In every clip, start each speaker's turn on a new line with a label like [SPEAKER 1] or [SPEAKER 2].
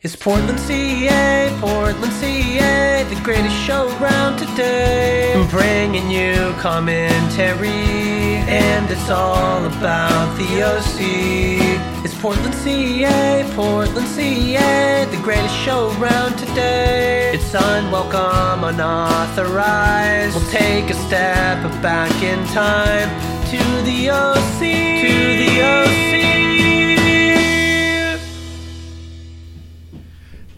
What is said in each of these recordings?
[SPEAKER 1] It's Portland CA, Portland CA, the greatest show around today. I'm bringing you commentary, and it's all about the OC. It's Portland CA, Portland CA, the greatest show around today. It's unwelcome, unauthorized. We'll take a step back in time to the OC. To the OC.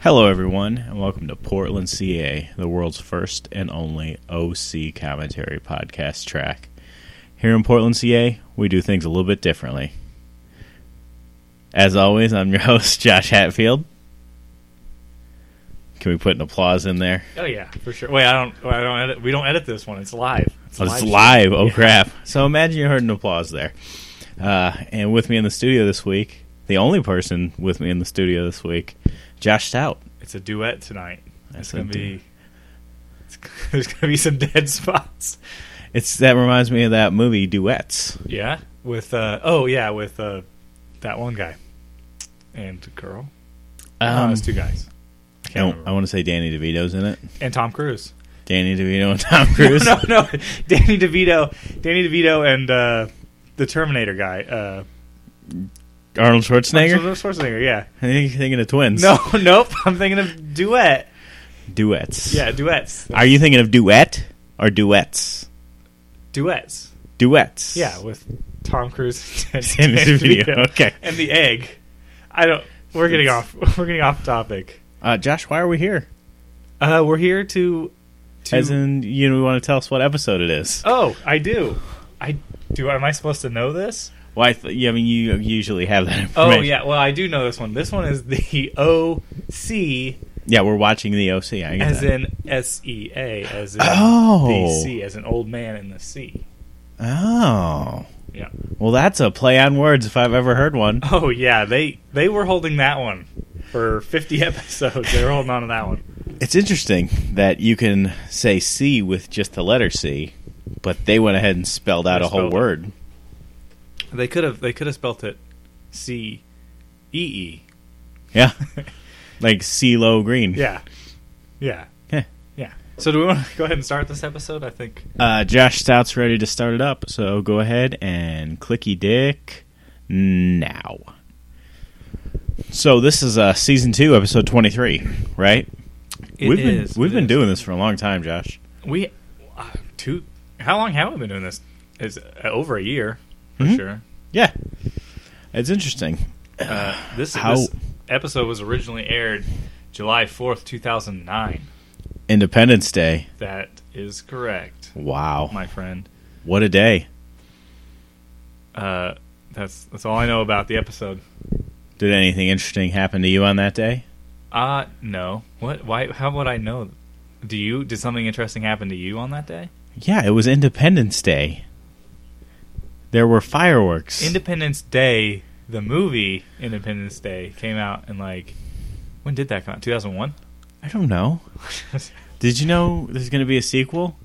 [SPEAKER 2] Hello, everyone, and welcome to Portland CA, the world's first and only OC commentary podcast track. Here in Portland CA, we do things a little bit differently. As always, I'm your host, Josh Hatfield. Can we put an applause in there?
[SPEAKER 3] Oh yeah, for sure. Wait, I don't. I don't edit. We don't edit this one. It's live.
[SPEAKER 2] Oh, it's live. Oh, crap. So imagine you heard an applause there. Uh, and with me in the studio this week, the only person with me in the studio this week, Josh Stout.
[SPEAKER 3] It's a duet tonight. It's
[SPEAKER 2] That's
[SPEAKER 3] gonna
[SPEAKER 2] a
[SPEAKER 3] be. It's, there's gonna be some dead spots.
[SPEAKER 2] It's That reminds me of that movie, Duets.
[SPEAKER 3] Yeah. With uh oh yeah with uh that one guy, and girl.
[SPEAKER 2] Um,
[SPEAKER 3] no, it's two guys.
[SPEAKER 2] Oh,
[SPEAKER 3] I
[SPEAKER 2] I,
[SPEAKER 3] can't remember.
[SPEAKER 2] want to say Danny DeVito's in it.
[SPEAKER 3] and Tom Cruise.
[SPEAKER 2] Danny DeVito and Tom Cruise.
[SPEAKER 3] No, no, no. Danny DeVito, Danny DeVito, and uh the Terminator guy. Uh,
[SPEAKER 2] Arnold Schwarzenegger.
[SPEAKER 3] Schwarzenegger. Yeah.
[SPEAKER 2] I think you're thinking of twins.
[SPEAKER 3] No, nope. I'm thinking of duet.
[SPEAKER 2] duets.
[SPEAKER 3] Yeah, duets.
[SPEAKER 2] Are you thinking of duet or duets?
[SPEAKER 3] Duets.
[SPEAKER 2] Duets.
[SPEAKER 3] Yeah, with Tom Cruise and
[SPEAKER 2] Danny DeVito. Okay.
[SPEAKER 3] and the egg. I don't. We're getting off. We're getting off topic.
[SPEAKER 2] Uh, Josh, why are we here?
[SPEAKER 3] Uh, we're here to. to
[SPEAKER 2] As in, you know, want to tell us what episode it is?
[SPEAKER 3] oh, I do. I do. Am I supposed to know this?
[SPEAKER 2] Why? Th- yeah, I mean, you usually have that.
[SPEAKER 3] Oh
[SPEAKER 2] Information.
[SPEAKER 3] yeah. Well, I do know this one. This one is the O C,
[SPEAKER 2] Yeah, we're watching the OC. I get
[SPEAKER 3] as
[SPEAKER 2] that.
[SPEAKER 3] in S E A, as in
[SPEAKER 2] Oh.
[SPEAKER 3] the C, as an old man in the sea.
[SPEAKER 2] oh.
[SPEAKER 3] Yeah.
[SPEAKER 2] Well, that's a play on words if I've ever heard one.
[SPEAKER 3] Oh yeah. They they were holding that one for 50 episodes. They were holding on to that one.
[SPEAKER 2] It's interesting that you can say C with just the letter C, but they went ahead and spelled out
[SPEAKER 3] They
[SPEAKER 2] a whole
[SPEAKER 3] spelled it.
[SPEAKER 2] word.
[SPEAKER 3] They could have they could have spelt it C E E.
[SPEAKER 2] Yeah. like CeeLo Green.
[SPEAKER 3] Yeah. Yeah.
[SPEAKER 2] Heh.
[SPEAKER 3] Yeah. So do we want to go ahead and start this episode? I think
[SPEAKER 2] Uh, Josh Stout's ready to start it up, so go ahead and clicky dick now. So this is uh, season two, episode twenty-three, right? we've been we've been doing this for a long time, Josh.
[SPEAKER 3] we uh, two how long have we been doing this? Is uh, over a year for
[SPEAKER 2] Mhm.
[SPEAKER 3] sure.
[SPEAKER 2] Yeah, it's interesting.
[SPEAKER 3] Uh, this,
[SPEAKER 2] How-
[SPEAKER 3] this episode was originally aired July 4th, 2009.
[SPEAKER 2] Independence Day.
[SPEAKER 3] That is correct,
[SPEAKER 2] Wow,
[SPEAKER 3] my friend.
[SPEAKER 2] what a day!
[SPEAKER 3] Uh, that's that's all I know about the episode.
[SPEAKER 2] Did anything interesting happen to you on that day?
[SPEAKER 3] Uh no. What why how would I know? Do you did something interesting happen to you on that day?
[SPEAKER 2] Yeah, it was Independence Day. There were fireworks.
[SPEAKER 3] Independence Day, the movie Independence Day came out in like when did that come out? 2001?
[SPEAKER 2] I don't know. Did you know there's going to be a sequel?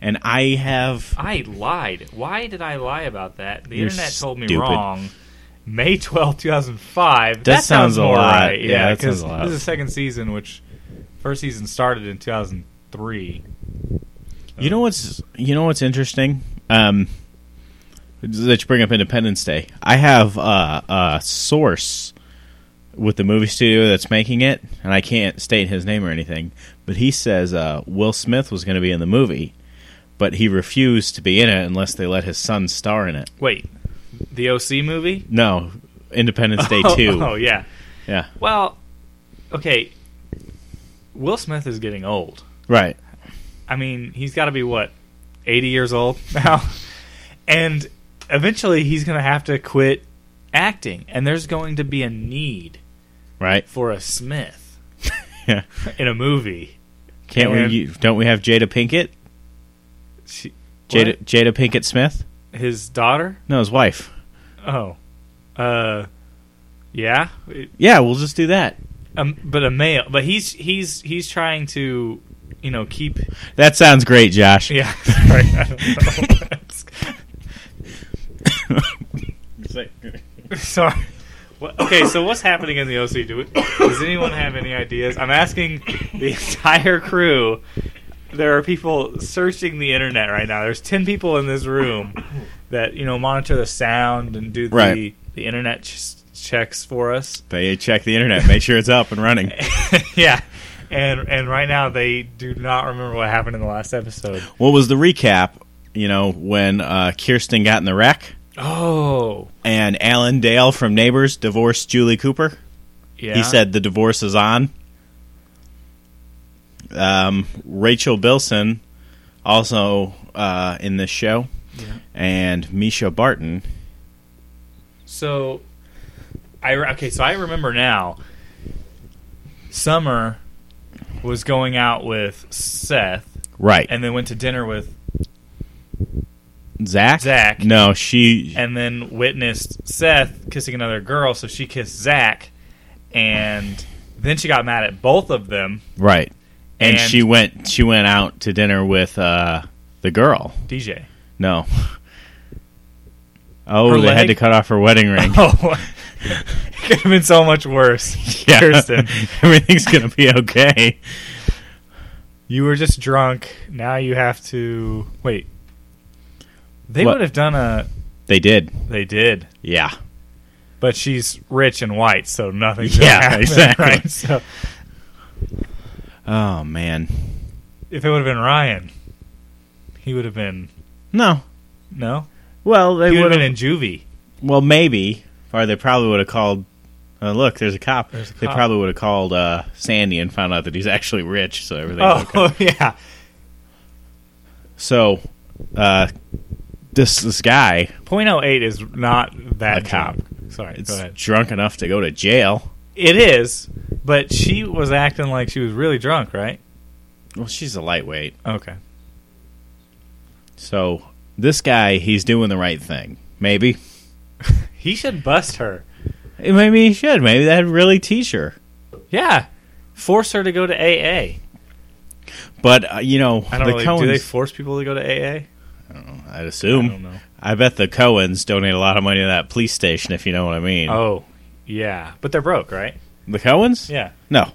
[SPEAKER 2] And I have
[SPEAKER 3] I lied. Why did I lie about that? The
[SPEAKER 2] You're
[SPEAKER 3] internet told me
[SPEAKER 2] stupid.
[SPEAKER 3] wrong. May 12, 2005. That,
[SPEAKER 2] sounds a
[SPEAKER 3] more
[SPEAKER 2] lot.
[SPEAKER 3] right.
[SPEAKER 2] Yeah, that sounds
[SPEAKER 3] because
[SPEAKER 2] a lot.
[SPEAKER 3] this is the second season which first season started in 2003.
[SPEAKER 2] You know what's you know what's interesting? Um, that you bring up Independence Day. I have uh, a source with the movie studio that's making it, and I can't state his name or anything, but he says uh, Will Smith was going to be in the movie, but he refused to be in it unless they let his son star in it.
[SPEAKER 3] Wait. The OC movie?
[SPEAKER 2] No, Independence Day
[SPEAKER 3] Oh,
[SPEAKER 2] two.
[SPEAKER 3] Oh yeah.
[SPEAKER 2] Yeah,
[SPEAKER 3] Well, okay. Will Smith is getting old.
[SPEAKER 2] right.
[SPEAKER 3] I mean, he's got to be what, eighty years old now, and eventually he's going to have to quit acting, and there's going to be a need
[SPEAKER 2] Right.
[SPEAKER 3] for a Smith
[SPEAKER 2] Yeah.
[SPEAKER 3] in a movie.
[SPEAKER 2] Can't
[SPEAKER 3] And-
[SPEAKER 2] we? Don't we have Jada Pinkett?
[SPEAKER 3] She,
[SPEAKER 2] Jada, Jada Pinkett Smith?
[SPEAKER 3] what? his daughter.
[SPEAKER 2] No, his wife.
[SPEAKER 3] Oh, uh, yeah, It-
[SPEAKER 2] Yeah, we'll just do that.
[SPEAKER 3] um, but a male. But he's he's he's trying to, you know, keep.
[SPEAKER 2] That sounds great, Josh.
[SPEAKER 3] Yeah, sorry, I don't know. sorry. What, okay, so what's happening in the OC? Do we, does anyone have any ideas? I'm asking the entire crew. There are people searching the internet right now. There's ten people in this room that you know monitor the sound and do the
[SPEAKER 2] Right.
[SPEAKER 3] the internet ch- checks for us.
[SPEAKER 2] They check the internet, make sure it's up and running.
[SPEAKER 3] yeah, and and right now they do not remember what happened in the last episode.
[SPEAKER 2] What was the recap? You know, when uh, Kirsten got in the wreck
[SPEAKER 3] Oh,
[SPEAKER 2] and Alan Dale from Neighbors divorced Julie Cooper.
[SPEAKER 3] yeah.
[SPEAKER 2] He said the divorce is on. Um, Rachel Bilson, also uh, in this show,
[SPEAKER 3] Yeah.
[SPEAKER 2] and Misha Barton.
[SPEAKER 3] So, I re- okay. So I remember now. Summer was going out with Seth,
[SPEAKER 2] Right.
[SPEAKER 3] and then went to dinner with,
[SPEAKER 2] Zach?
[SPEAKER 3] Zach.
[SPEAKER 2] No, she.
[SPEAKER 3] and then witnessed Seth kissing another girl. So she kissed Zach, and then she got mad at both of them.
[SPEAKER 2] right. And,
[SPEAKER 3] and-
[SPEAKER 2] she went. She went out to dinner with uh, the girl.
[SPEAKER 3] DJ.
[SPEAKER 2] No. Oh,
[SPEAKER 3] Her
[SPEAKER 2] they had
[SPEAKER 3] leg?
[SPEAKER 2] to cut off her wedding ring.
[SPEAKER 3] Oh, it could have been so much worse.
[SPEAKER 2] Yeah.
[SPEAKER 3] Kirsten,
[SPEAKER 2] Everything's gonna be okay.
[SPEAKER 3] you were just drunk. Now you have to wait. They
[SPEAKER 2] What?
[SPEAKER 3] would have done a.
[SPEAKER 2] They did.
[SPEAKER 3] They did.
[SPEAKER 2] Yeah.
[SPEAKER 3] but she's rich and white, so nothing.
[SPEAKER 2] Yeah,
[SPEAKER 3] Yeah, happen,
[SPEAKER 2] exactly.
[SPEAKER 3] Right? So
[SPEAKER 2] Oh man.
[SPEAKER 3] if it would have been Ryan, he would have been
[SPEAKER 2] No.
[SPEAKER 3] no.
[SPEAKER 2] Well, they
[SPEAKER 3] He would have
[SPEAKER 2] would
[SPEAKER 3] been
[SPEAKER 2] have.
[SPEAKER 3] in juvie.
[SPEAKER 2] Well, maybe, or they probably would have called. Uh, look, there's a cop.
[SPEAKER 3] There's a
[SPEAKER 2] They
[SPEAKER 3] cop.
[SPEAKER 2] probably would have called uh, Sandy and found out that he's actually rich, so everything.
[SPEAKER 3] Oh yeah,
[SPEAKER 2] So, uh, this this guy
[SPEAKER 3] point oh eight is not that
[SPEAKER 2] A cop.
[SPEAKER 3] joke. Sorry, go
[SPEAKER 2] is
[SPEAKER 3] ahead.
[SPEAKER 2] drunk enough to go to jail.
[SPEAKER 3] It is, but she was acting like she was really drunk, right?
[SPEAKER 2] Well, she's a lightweight,
[SPEAKER 3] Okay.
[SPEAKER 2] so this guy he's doing the right thing. Maybe, Eh,
[SPEAKER 3] He should bust her.
[SPEAKER 2] maybe he should. Maybe that'd really teach her.
[SPEAKER 3] Yeah, force her to go to AA.
[SPEAKER 2] But uh, you know,
[SPEAKER 3] I don't
[SPEAKER 2] the
[SPEAKER 3] really.
[SPEAKER 2] Coens.
[SPEAKER 3] Do they force people to go to AA?
[SPEAKER 2] I'd
[SPEAKER 3] I
[SPEAKER 2] assume.
[SPEAKER 3] don't know.
[SPEAKER 2] I bet the Cohens donate a lot of money to that police station, if you know what I mean.
[SPEAKER 3] Oh, yeah, but they're broke, right?
[SPEAKER 2] The Cohens?
[SPEAKER 3] Yeah,
[SPEAKER 2] No,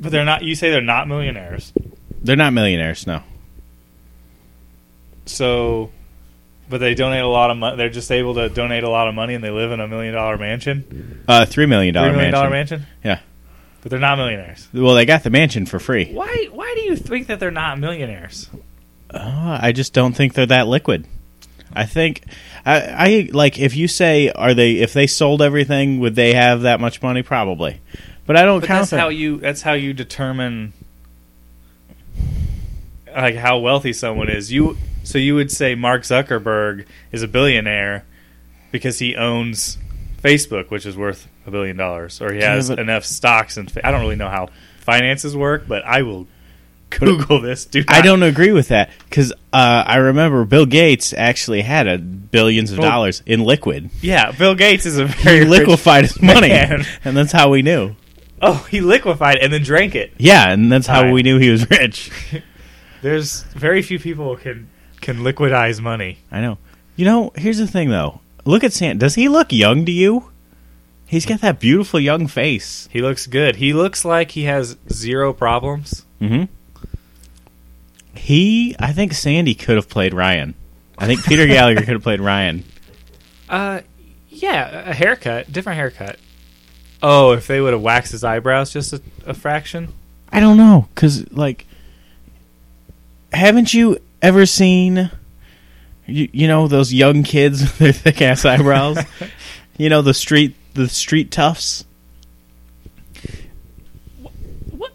[SPEAKER 3] but they're not. You say they're not millionaires.
[SPEAKER 2] they're not millionaires. No,
[SPEAKER 3] So, but they donate a lot of money. They're just able to donate a lot of money, and they live in a million dollar mansion,
[SPEAKER 2] uh, three million
[SPEAKER 3] three
[SPEAKER 2] dollar
[SPEAKER 3] million
[SPEAKER 2] mansion.
[SPEAKER 3] dollar mansion.
[SPEAKER 2] Yeah.
[SPEAKER 3] but they're not millionaires.
[SPEAKER 2] Well, they got the mansion for free.
[SPEAKER 3] Why? Why do you think that they're not millionaires?
[SPEAKER 2] Uh, I just don't think they're that liquid. I think I, I like if you say are they if they sold everything would they have that much money probably, but I don't
[SPEAKER 3] But
[SPEAKER 2] count
[SPEAKER 3] that's
[SPEAKER 2] that.
[SPEAKER 3] how you. That's how you determine like how wealthy someone is. You. So you would say Mark Zuckerberg is a billionaire because he owns Facebook, which is worth a billion dollars, or he
[SPEAKER 2] Yeah,
[SPEAKER 3] has
[SPEAKER 2] but-
[SPEAKER 3] enough stocks and. I don't really know how finances work, but I will. Google this, dude.
[SPEAKER 2] I don't agree with that because uh, I remember Bill Gates actually had a billions of
[SPEAKER 3] Oh.
[SPEAKER 2] dollars in liquid.
[SPEAKER 3] Yeah, Bill Gates is a very
[SPEAKER 2] He
[SPEAKER 3] rich-
[SPEAKER 2] liquefied his money,
[SPEAKER 3] man.
[SPEAKER 2] and that's how we knew.
[SPEAKER 3] Oh, he liquefied and then drank it.
[SPEAKER 2] Yeah, and that's how
[SPEAKER 3] Fine.
[SPEAKER 2] we knew he was rich.
[SPEAKER 3] There's very few people can can liquidize money.
[SPEAKER 2] I know. You know, here's the thing though. Look at Santa. Does he look young to you? He's got that beautiful young face.
[SPEAKER 3] He looks good. He looks like he has zero problems.
[SPEAKER 2] Mm-hmm. He, I think Sandy could have played Ryan. I think Peter Gallagher could have played Ryan.
[SPEAKER 3] Uh, yeah, a haircut, different haircut. Oh, if they would have waxed his eyebrows just a, a fraction.
[SPEAKER 2] I don't know, cause like, haven't you ever seen, you, you know, those young kids with their thick ass eyebrows? you know, the street, the street toughs.
[SPEAKER 3] What?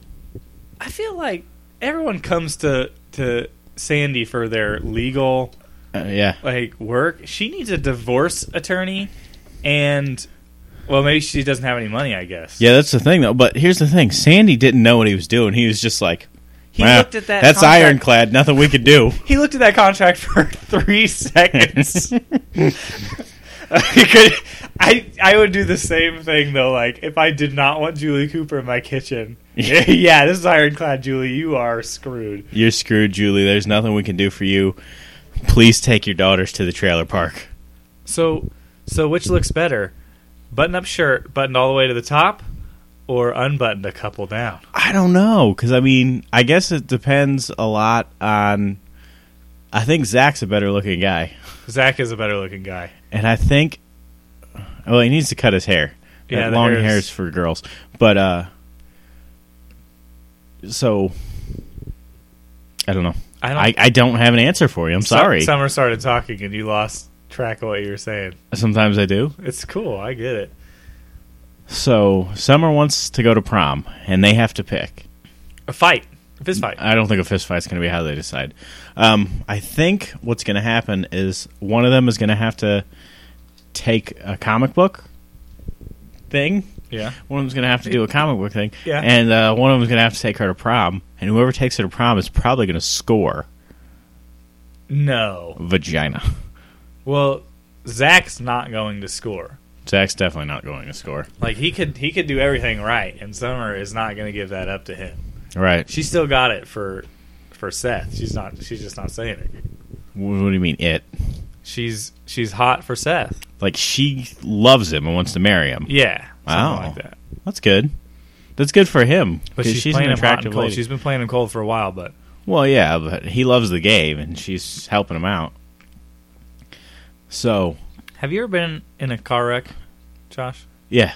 [SPEAKER 3] I feel like everyone comes to to Sandy for their legal
[SPEAKER 2] Uh, yeah,
[SPEAKER 3] like work. She needs a divorce attorney, and well, maybe she doesn't have any money. I guess.
[SPEAKER 2] yeah, that's the thing though. But here's the thing: Sandy didn't know what he was doing. He was just like,
[SPEAKER 3] He
[SPEAKER 2] "Well,
[SPEAKER 3] looked at that.
[SPEAKER 2] That's
[SPEAKER 3] contract-
[SPEAKER 2] ironclad. Nothing we could do."
[SPEAKER 3] He looked at that contract for three seconds. He could- I I would do the same thing though. Like if I did not want Julie Cooper in my kitchen. yeah, this is ironclad, Julie. You are screwed.
[SPEAKER 2] You're screwed, Julie. There's nothing we can do for you. Please take your daughters to the trailer park.
[SPEAKER 3] So, so which looks better, button up shirt buttoned all the way to the top or unbuttoned a couple down?
[SPEAKER 2] I don't know because I mean, I guess it depends a lot on. I think Zach's a better looking guy,
[SPEAKER 3] Zach is a better looking guy.
[SPEAKER 2] and I think, well, he needs to cut his hair.
[SPEAKER 3] Yeah,
[SPEAKER 2] that
[SPEAKER 3] the
[SPEAKER 2] long
[SPEAKER 3] hair is-
[SPEAKER 2] hair is for girls, but uh, so I don't know.
[SPEAKER 3] I don't
[SPEAKER 2] I, I don't have an answer for you. I'm
[SPEAKER 3] Some-
[SPEAKER 2] sorry.
[SPEAKER 3] Summer started talking and you lost track of what you were saying.
[SPEAKER 2] Sometimes I do.
[SPEAKER 3] It's cool. I get it.
[SPEAKER 2] So Summer wants to go to prom, and they have to pick.
[SPEAKER 3] A fight. A fist fight.
[SPEAKER 2] I don't think a fist fight's going to be how they decide. Um, I think what's going to happen is one of them is going to have to take a comic book thing.
[SPEAKER 3] yeah.
[SPEAKER 2] One of them's going to have to do a comic book thing,
[SPEAKER 3] Yeah.
[SPEAKER 2] and uh, one of them's going to have to take her to prom. And whoever takes her to prom is probably going to score
[SPEAKER 3] No.
[SPEAKER 2] vagina.
[SPEAKER 3] Well, Zach's not going to score.
[SPEAKER 2] Zach's definitely not going to score.
[SPEAKER 3] Like he could he could do everything right and Summer is not going to give that up to him.
[SPEAKER 2] Right?
[SPEAKER 3] She still got it for for Seth. She's not she's just not saying it.
[SPEAKER 2] Wh- What do you mean it?
[SPEAKER 3] She's she's hot for Seth.
[SPEAKER 2] Like she loves him and wants to marry him.
[SPEAKER 3] Yeah.
[SPEAKER 2] Wow.
[SPEAKER 3] Something like that.
[SPEAKER 2] That's good. That's good for him.
[SPEAKER 3] But
[SPEAKER 2] 'cause
[SPEAKER 3] she's, playing him hot and cold.
[SPEAKER 2] lady.
[SPEAKER 3] She's been playing him cold for a while, but
[SPEAKER 2] Well, yeah, but he loves the game, and she's helping him out. So,
[SPEAKER 3] have you ever been in a car wreck, Josh?
[SPEAKER 2] yeah,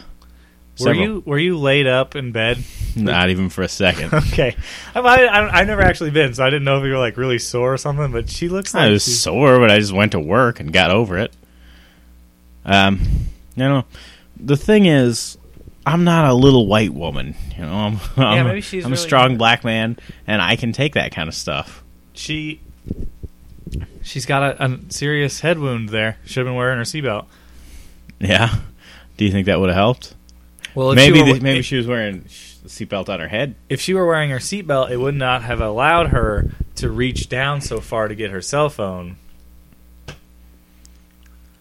[SPEAKER 3] Were
[SPEAKER 2] Several.
[SPEAKER 3] you were you laid up in bed?
[SPEAKER 2] not even for a second.
[SPEAKER 3] Okay, I, I, I, I've never actually been, so I didn't know if you were like really sore or something. But she looks
[SPEAKER 2] I
[SPEAKER 3] like
[SPEAKER 2] was
[SPEAKER 3] she's-
[SPEAKER 2] sore, but I just went to work and got over it. Um, you know, the thing is, I'm not a little white woman. You know, I'm I'm,
[SPEAKER 3] maybe she's
[SPEAKER 2] I'm a
[SPEAKER 3] really-
[SPEAKER 2] strong black man, and I can take that kind of stuff.
[SPEAKER 3] she she's got a, a serious head wound there. Should have been wearing her seatbelt.
[SPEAKER 2] Yeah. Do you think that would have helped?
[SPEAKER 3] Well,
[SPEAKER 2] maybe
[SPEAKER 3] she were,
[SPEAKER 2] the- maybe
[SPEAKER 3] if,
[SPEAKER 2] she was wearing sh- the seatbelt on her head.
[SPEAKER 3] if she were wearing her seatbelt, it would not have allowed her to reach down so far to get her cell phone.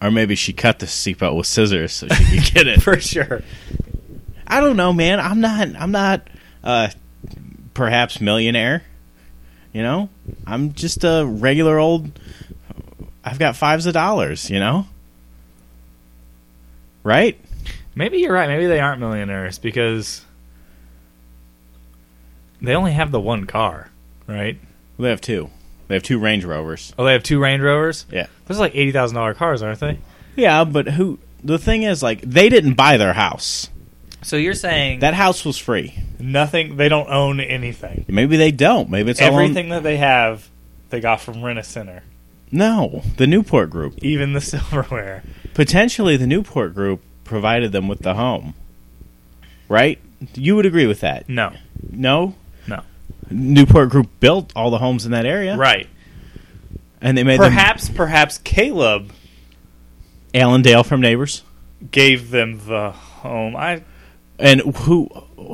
[SPEAKER 2] Or maybe she cut the seatbelt with scissors so she could get it.
[SPEAKER 3] For sure.
[SPEAKER 2] I don't know, man. I'm not. I'm not. Uh, perhaps millionaire. You know, I'm just a regular old. I've got fives of dollars. You know, right?
[SPEAKER 3] Maybe you're right. Maybe they aren't millionaires because they only have the one car, right?
[SPEAKER 2] Well, they have two. They have two Range Rovers.
[SPEAKER 3] Oh, they have two Range Rovers.
[SPEAKER 2] Yeah.
[SPEAKER 3] Those are like eighty thousand dollar cars, aren't they?
[SPEAKER 2] Yeah, but who? The thing is, like, they didn't buy their house.
[SPEAKER 3] So you're saying
[SPEAKER 2] That house was free.
[SPEAKER 3] nothing? They don't own anything.
[SPEAKER 2] Maybe they don't. Maybe it's all on-
[SPEAKER 3] Everything that they have, they got from Rent a Center,
[SPEAKER 2] no, the Newport Group.
[SPEAKER 3] even the silverware.
[SPEAKER 2] potentially the Newport Group provided them with the home. Right? You would agree with that?
[SPEAKER 3] No,
[SPEAKER 2] No.
[SPEAKER 3] No.
[SPEAKER 2] Newport Group built all the homes in that area,
[SPEAKER 3] right?
[SPEAKER 2] And they made
[SPEAKER 3] Perhaps, perhaps Caleb
[SPEAKER 2] them Allendale from Neighbors.
[SPEAKER 3] gave them the home. I
[SPEAKER 2] And who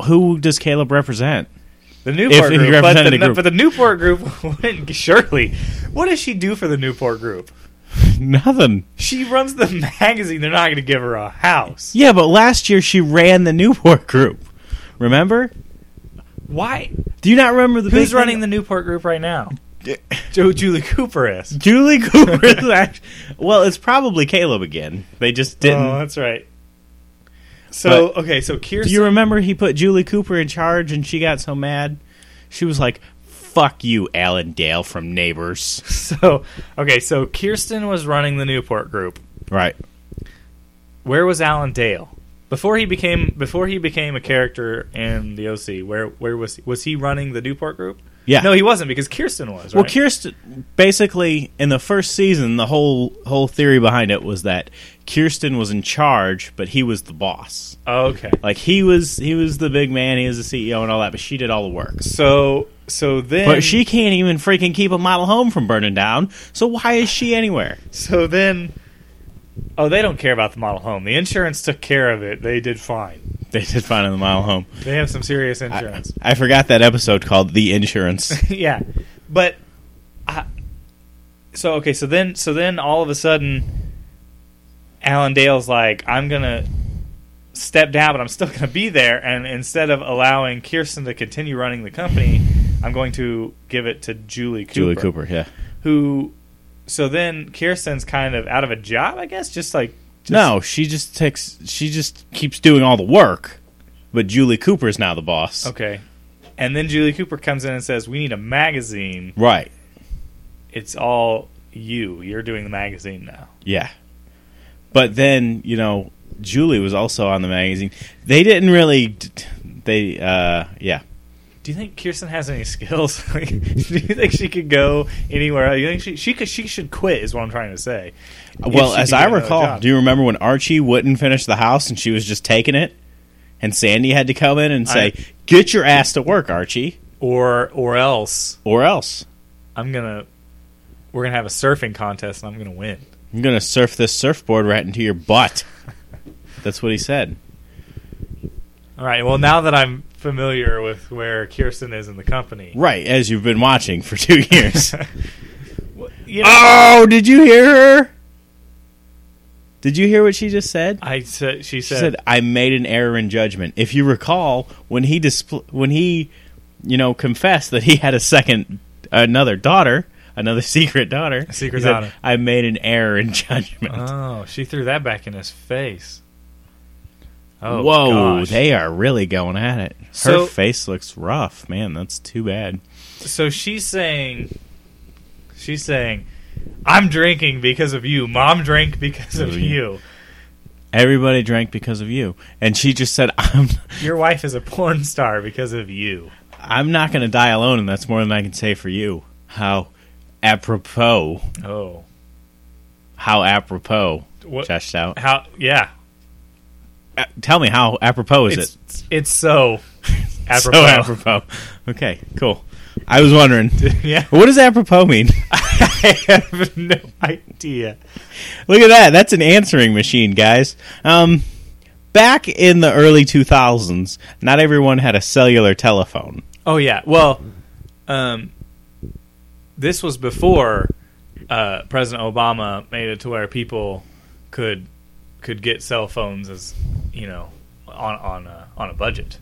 [SPEAKER 2] who does Caleb represent?
[SPEAKER 3] the Newport
[SPEAKER 2] he
[SPEAKER 3] group, but
[SPEAKER 2] represented
[SPEAKER 3] the,
[SPEAKER 2] a group.
[SPEAKER 3] but the Newport group wouldn't surely. What does she do for the Newport group?
[SPEAKER 2] Nothing.
[SPEAKER 3] She runs the magazine. They're not going to give her a house.
[SPEAKER 2] Yeah, but last year she ran the Newport Group. Remember?
[SPEAKER 3] Why?
[SPEAKER 2] Do you not remember the
[SPEAKER 3] Who's running the Newport group right now? Joe Julie Cooper is.
[SPEAKER 2] Julie Cooper? is act- well, it's probably Caleb again. They just didn't.
[SPEAKER 3] Oh, that's right. So okay, so Kirsten.
[SPEAKER 2] Do you remember he put Julie Cooper in charge and she got so mad? She was like, fuck you, Alan Dale from Neighbors.
[SPEAKER 3] so okay, so Kirsten was running the Newport group.
[SPEAKER 2] Right.
[SPEAKER 3] Where was Alan Dale before he became before he became a character in the OC? Where where was he? was he running the Newport group?
[SPEAKER 2] Yeah.
[SPEAKER 3] No, he wasn't because Kirsten was.
[SPEAKER 2] well,
[SPEAKER 3] right?
[SPEAKER 2] Kirsten, basically, in the first season, the whole whole theory behind it was that Kirsten was in charge, but he was the boss.
[SPEAKER 3] Oh, okay.
[SPEAKER 2] Like he was, he was the big man, he was the CEO, and all that. But she did all the work.
[SPEAKER 3] So so then
[SPEAKER 2] But she can't even freaking keep a model home from burning down. So why is she anywhere?
[SPEAKER 3] So then, oh, they don't care about the model home. The insurance took care of it. They did fine.
[SPEAKER 2] They did find a model home.
[SPEAKER 3] They have some serious
[SPEAKER 2] I,
[SPEAKER 3] insurance.
[SPEAKER 2] I forgot that episode called "The Insurance."
[SPEAKER 3] yeah, but I, so okay. So then, so then, all of a sudden, Alan Dale's like, "I'm gonna step down, but I'm still gonna be there." And instead of allowing Kirsten to continue running the company, I'm going to give it to Julie Cooper.
[SPEAKER 2] Julie Cooper, yeah.
[SPEAKER 3] who so then Kirsten's kind of out of a job, I guess, just like
[SPEAKER 2] no, she just takes. She just keeps doing all the work, but Julie Cooper is now the boss.
[SPEAKER 3] Okay. And then Julie Cooper comes in and says, "We need a magazine.
[SPEAKER 2] Right?
[SPEAKER 3] It's all you. You're doing the magazine now."
[SPEAKER 2] Yeah. But then you know, Julie was also on the magazine. They didn't really. d- They uh yeah.
[SPEAKER 3] Do you think Kirsten has any skills? Like, do you think she could go anywhere? Do you think she she could, she should quit? Is what I'm trying to say. If
[SPEAKER 2] Uh, Well,
[SPEAKER 3] she
[SPEAKER 2] as
[SPEAKER 3] could
[SPEAKER 2] I
[SPEAKER 3] get another
[SPEAKER 2] recall,
[SPEAKER 3] job.
[SPEAKER 2] do you remember when Archie wouldn't finish the house and she was just taking it, and Sandy had to come in and say,
[SPEAKER 3] I-
[SPEAKER 2] "Get your ass to work, Archie,
[SPEAKER 3] or or else
[SPEAKER 2] or else
[SPEAKER 3] I'm gonna we're gonna have a surfing contest and I'm gonna win.
[SPEAKER 2] I'm gonna surf this surfboard right into your butt." That's what he said.
[SPEAKER 3] All right. Well, now that I'm familiar with where Kirsten is in the company,
[SPEAKER 2] Right, as you've been watching for two years.
[SPEAKER 3] you know,
[SPEAKER 2] oh, did you hear her? Did you hear what she just said?
[SPEAKER 3] I said
[SPEAKER 2] She
[SPEAKER 3] she said,
[SPEAKER 2] said, "I made an error in judgment." If you recall, when he displ- when he, you know, confessed that he had a second, another daughter, another secret daughter,
[SPEAKER 3] secret
[SPEAKER 2] he said,
[SPEAKER 3] daughter.
[SPEAKER 2] I made an error in judgment.
[SPEAKER 3] "Oh, she threw that back in his face." Oh,
[SPEAKER 2] Whoa,
[SPEAKER 3] gosh.
[SPEAKER 2] they are really going at it. Her
[SPEAKER 3] So-
[SPEAKER 2] face looks rough, man. That's too bad.
[SPEAKER 3] so she's saying, she's saying, "I'm drinking because of you. Mom drank because
[SPEAKER 2] Oh,
[SPEAKER 3] of
[SPEAKER 2] yeah.
[SPEAKER 3] you.
[SPEAKER 2] Everybody drank because of you, and she just said, "I'm,
[SPEAKER 3] Your wife is a porn star because of you."
[SPEAKER 2] I'm not going to die alone," and that's more than I can say for you. How apropos!
[SPEAKER 3] Oh,
[SPEAKER 2] How apropos!
[SPEAKER 3] what?
[SPEAKER 2] Josh out.
[SPEAKER 3] How? Yeah,
[SPEAKER 2] Tell me how apropos is it?
[SPEAKER 3] it's it's so apropos.
[SPEAKER 2] So apropos. Okay, cool. I was wondering,
[SPEAKER 3] yeah,
[SPEAKER 2] what does apropos mean?
[SPEAKER 3] I have no idea.
[SPEAKER 2] Look at that. That's an answering machine, guys. Um, back in the early 2000s, not everyone had a cellular telephone.
[SPEAKER 3] Oh yeah. Well, um, this was before uh, President Obama made it to where people could could get cell phones as you know on on a, on a budget.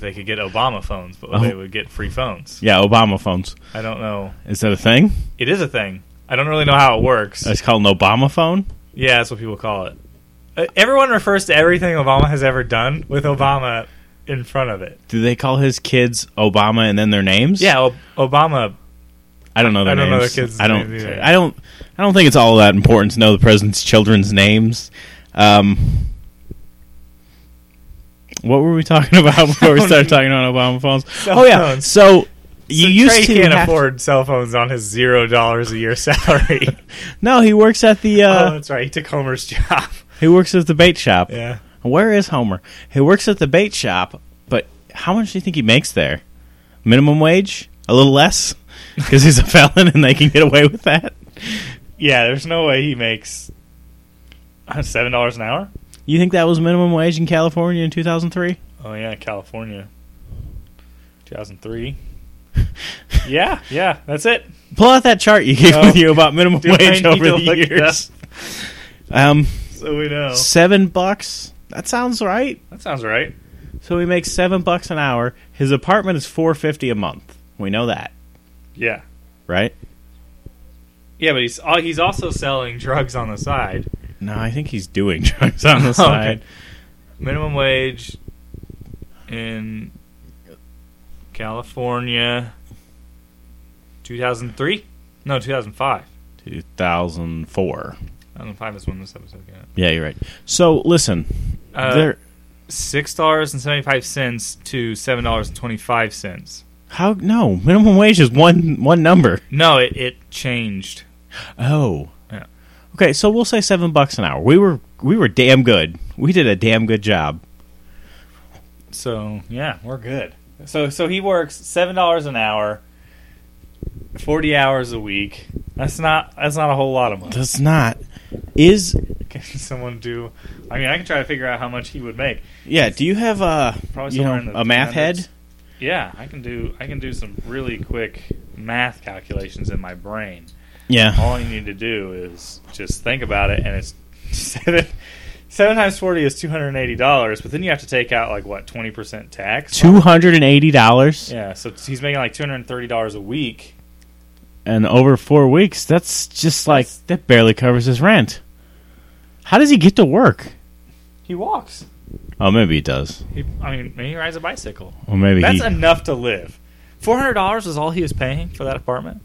[SPEAKER 3] They could get Obama phones, but they
[SPEAKER 2] Oh.
[SPEAKER 3] would get free phones.
[SPEAKER 2] Yeah, Obama phones.
[SPEAKER 3] I don't know.
[SPEAKER 2] Is that a thing?
[SPEAKER 3] It is a thing. I don't really know how it works.
[SPEAKER 2] It's called an Obama phone?
[SPEAKER 3] Yeah, that's what people call it. Uh, everyone refers to everything Obama has ever done with Obama in front of it.
[SPEAKER 2] Do they call his kids Obama and then their names?
[SPEAKER 3] Yeah, Ob- Obama
[SPEAKER 2] I don't know their
[SPEAKER 3] I don't know
[SPEAKER 2] names.
[SPEAKER 3] their kids'
[SPEAKER 2] I don't.
[SPEAKER 3] names either.
[SPEAKER 2] I don't. I don't think it's all that important to know the president's children's names. Um, what were we talking about before we started talking on Obama phones?
[SPEAKER 3] Cell
[SPEAKER 2] oh yeah.
[SPEAKER 3] phones.
[SPEAKER 2] So you used
[SPEAKER 3] Trey
[SPEAKER 2] to
[SPEAKER 3] can't
[SPEAKER 2] have-
[SPEAKER 3] afford cell phones on his zero dollars a year salary.
[SPEAKER 2] No, he works at the.
[SPEAKER 3] oh,
[SPEAKER 2] Uh,
[SPEAKER 3] that's right. He took Homer's job.
[SPEAKER 2] he works at the bait shop.
[SPEAKER 3] Yeah,
[SPEAKER 2] Where is Homer? He works at the bait shop, but how much do you think he makes there? Minimum wage? A little less, because he's a felon and they can get away with that.
[SPEAKER 3] yeah. There's no way he makes uh, seven dollars an hour.
[SPEAKER 2] You think that was minimum wage in California in two thousand three?
[SPEAKER 3] Oh yeah, California, 2003. yeah, yeah. That's it.
[SPEAKER 2] Pull out that chart you gave
[SPEAKER 3] Oh.
[SPEAKER 2] with you about minimum
[SPEAKER 3] Do I
[SPEAKER 2] wage
[SPEAKER 3] need
[SPEAKER 2] over
[SPEAKER 3] to
[SPEAKER 2] the
[SPEAKER 3] look it
[SPEAKER 2] years. Um,
[SPEAKER 3] So we know
[SPEAKER 2] seven bucks. That sounds right.
[SPEAKER 3] that sounds right.
[SPEAKER 2] So he makes seven bucks an hour. His apartment is four fifty a month. We know that,
[SPEAKER 3] Yeah,
[SPEAKER 2] right?
[SPEAKER 3] yeah. But he's uh, he's also selling drugs on the side.
[SPEAKER 2] No, I think he's doing drugs on the
[SPEAKER 3] Oh, Okay.
[SPEAKER 2] side.
[SPEAKER 3] minimum wage in California 2003? No, 2005.
[SPEAKER 2] Two thousand four.
[SPEAKER 3] 2005 is when this episode came out.
[SPEAKER 2] Yeah, you're right. So listen,
[SPEAKER 3] Uh,
[SPEAKER 2] there.
[SPEAKER 3] $6.75 to $7.25.
[SPEAKER 2] How no minimum wage is one one number.
[SPEAKER 3] No, it, it changed.
[SPEAKER 2] Oh.
[SPEAKER 3] Yeah.
[SPEAKER 2] Okay, so we'll say seven bucks an hour. We were we were damn good. We did a damn good job.
[SPEAKER 3] So, yeah, we're good. So so he works $7 an hour, 40 hours a week. That's not that's not a whole lot of money.
[SPEAKER 2] That's not is
[SPEAKER 3] Can someone do? I mean, I can try to figure out how much he would make.
[SPEAKER 2] Yeah, do you have uh,
[SPEAKER 3] Probably
[SPEAKER 2] you know,
[SPEAKER 3] somewhere in the
[SPEAKER 2] a math
[SPEAKER 3] 200s.
[SPEAKER 2] head?
[SPEAKER 3] Yeah, I can do. I can do some really quick math calculations in my brain.
[SPEAKER 2] Yeah.
[SPEAKER 3] All you need to do is just think about it, and it's seven. Seven times forty is two hundred and eighty dollars, but then you have to take out like what twenty percent tax.
[SPEAKER 2] $280
[SPEAKER 3] Yeah, so he's making like two hundred and thirty dollars a week.
[SPEAKER 2] and over 4 weeks, that's just like that barely covers his rent. How does he get to work?
[SPEAKER 3] He walks.
[SPEAKER 2] Oh, maybe he does.
[SPEAKER 3] He, I mean, maybe he rides a bicycle.
[SPEAKER 2] Well, maybe
[SPEAKER 3] That's
[SPEAKER 2] he
[SPEAKER 3] enough to live. Four hundred dollars was all he was paying for that apartment.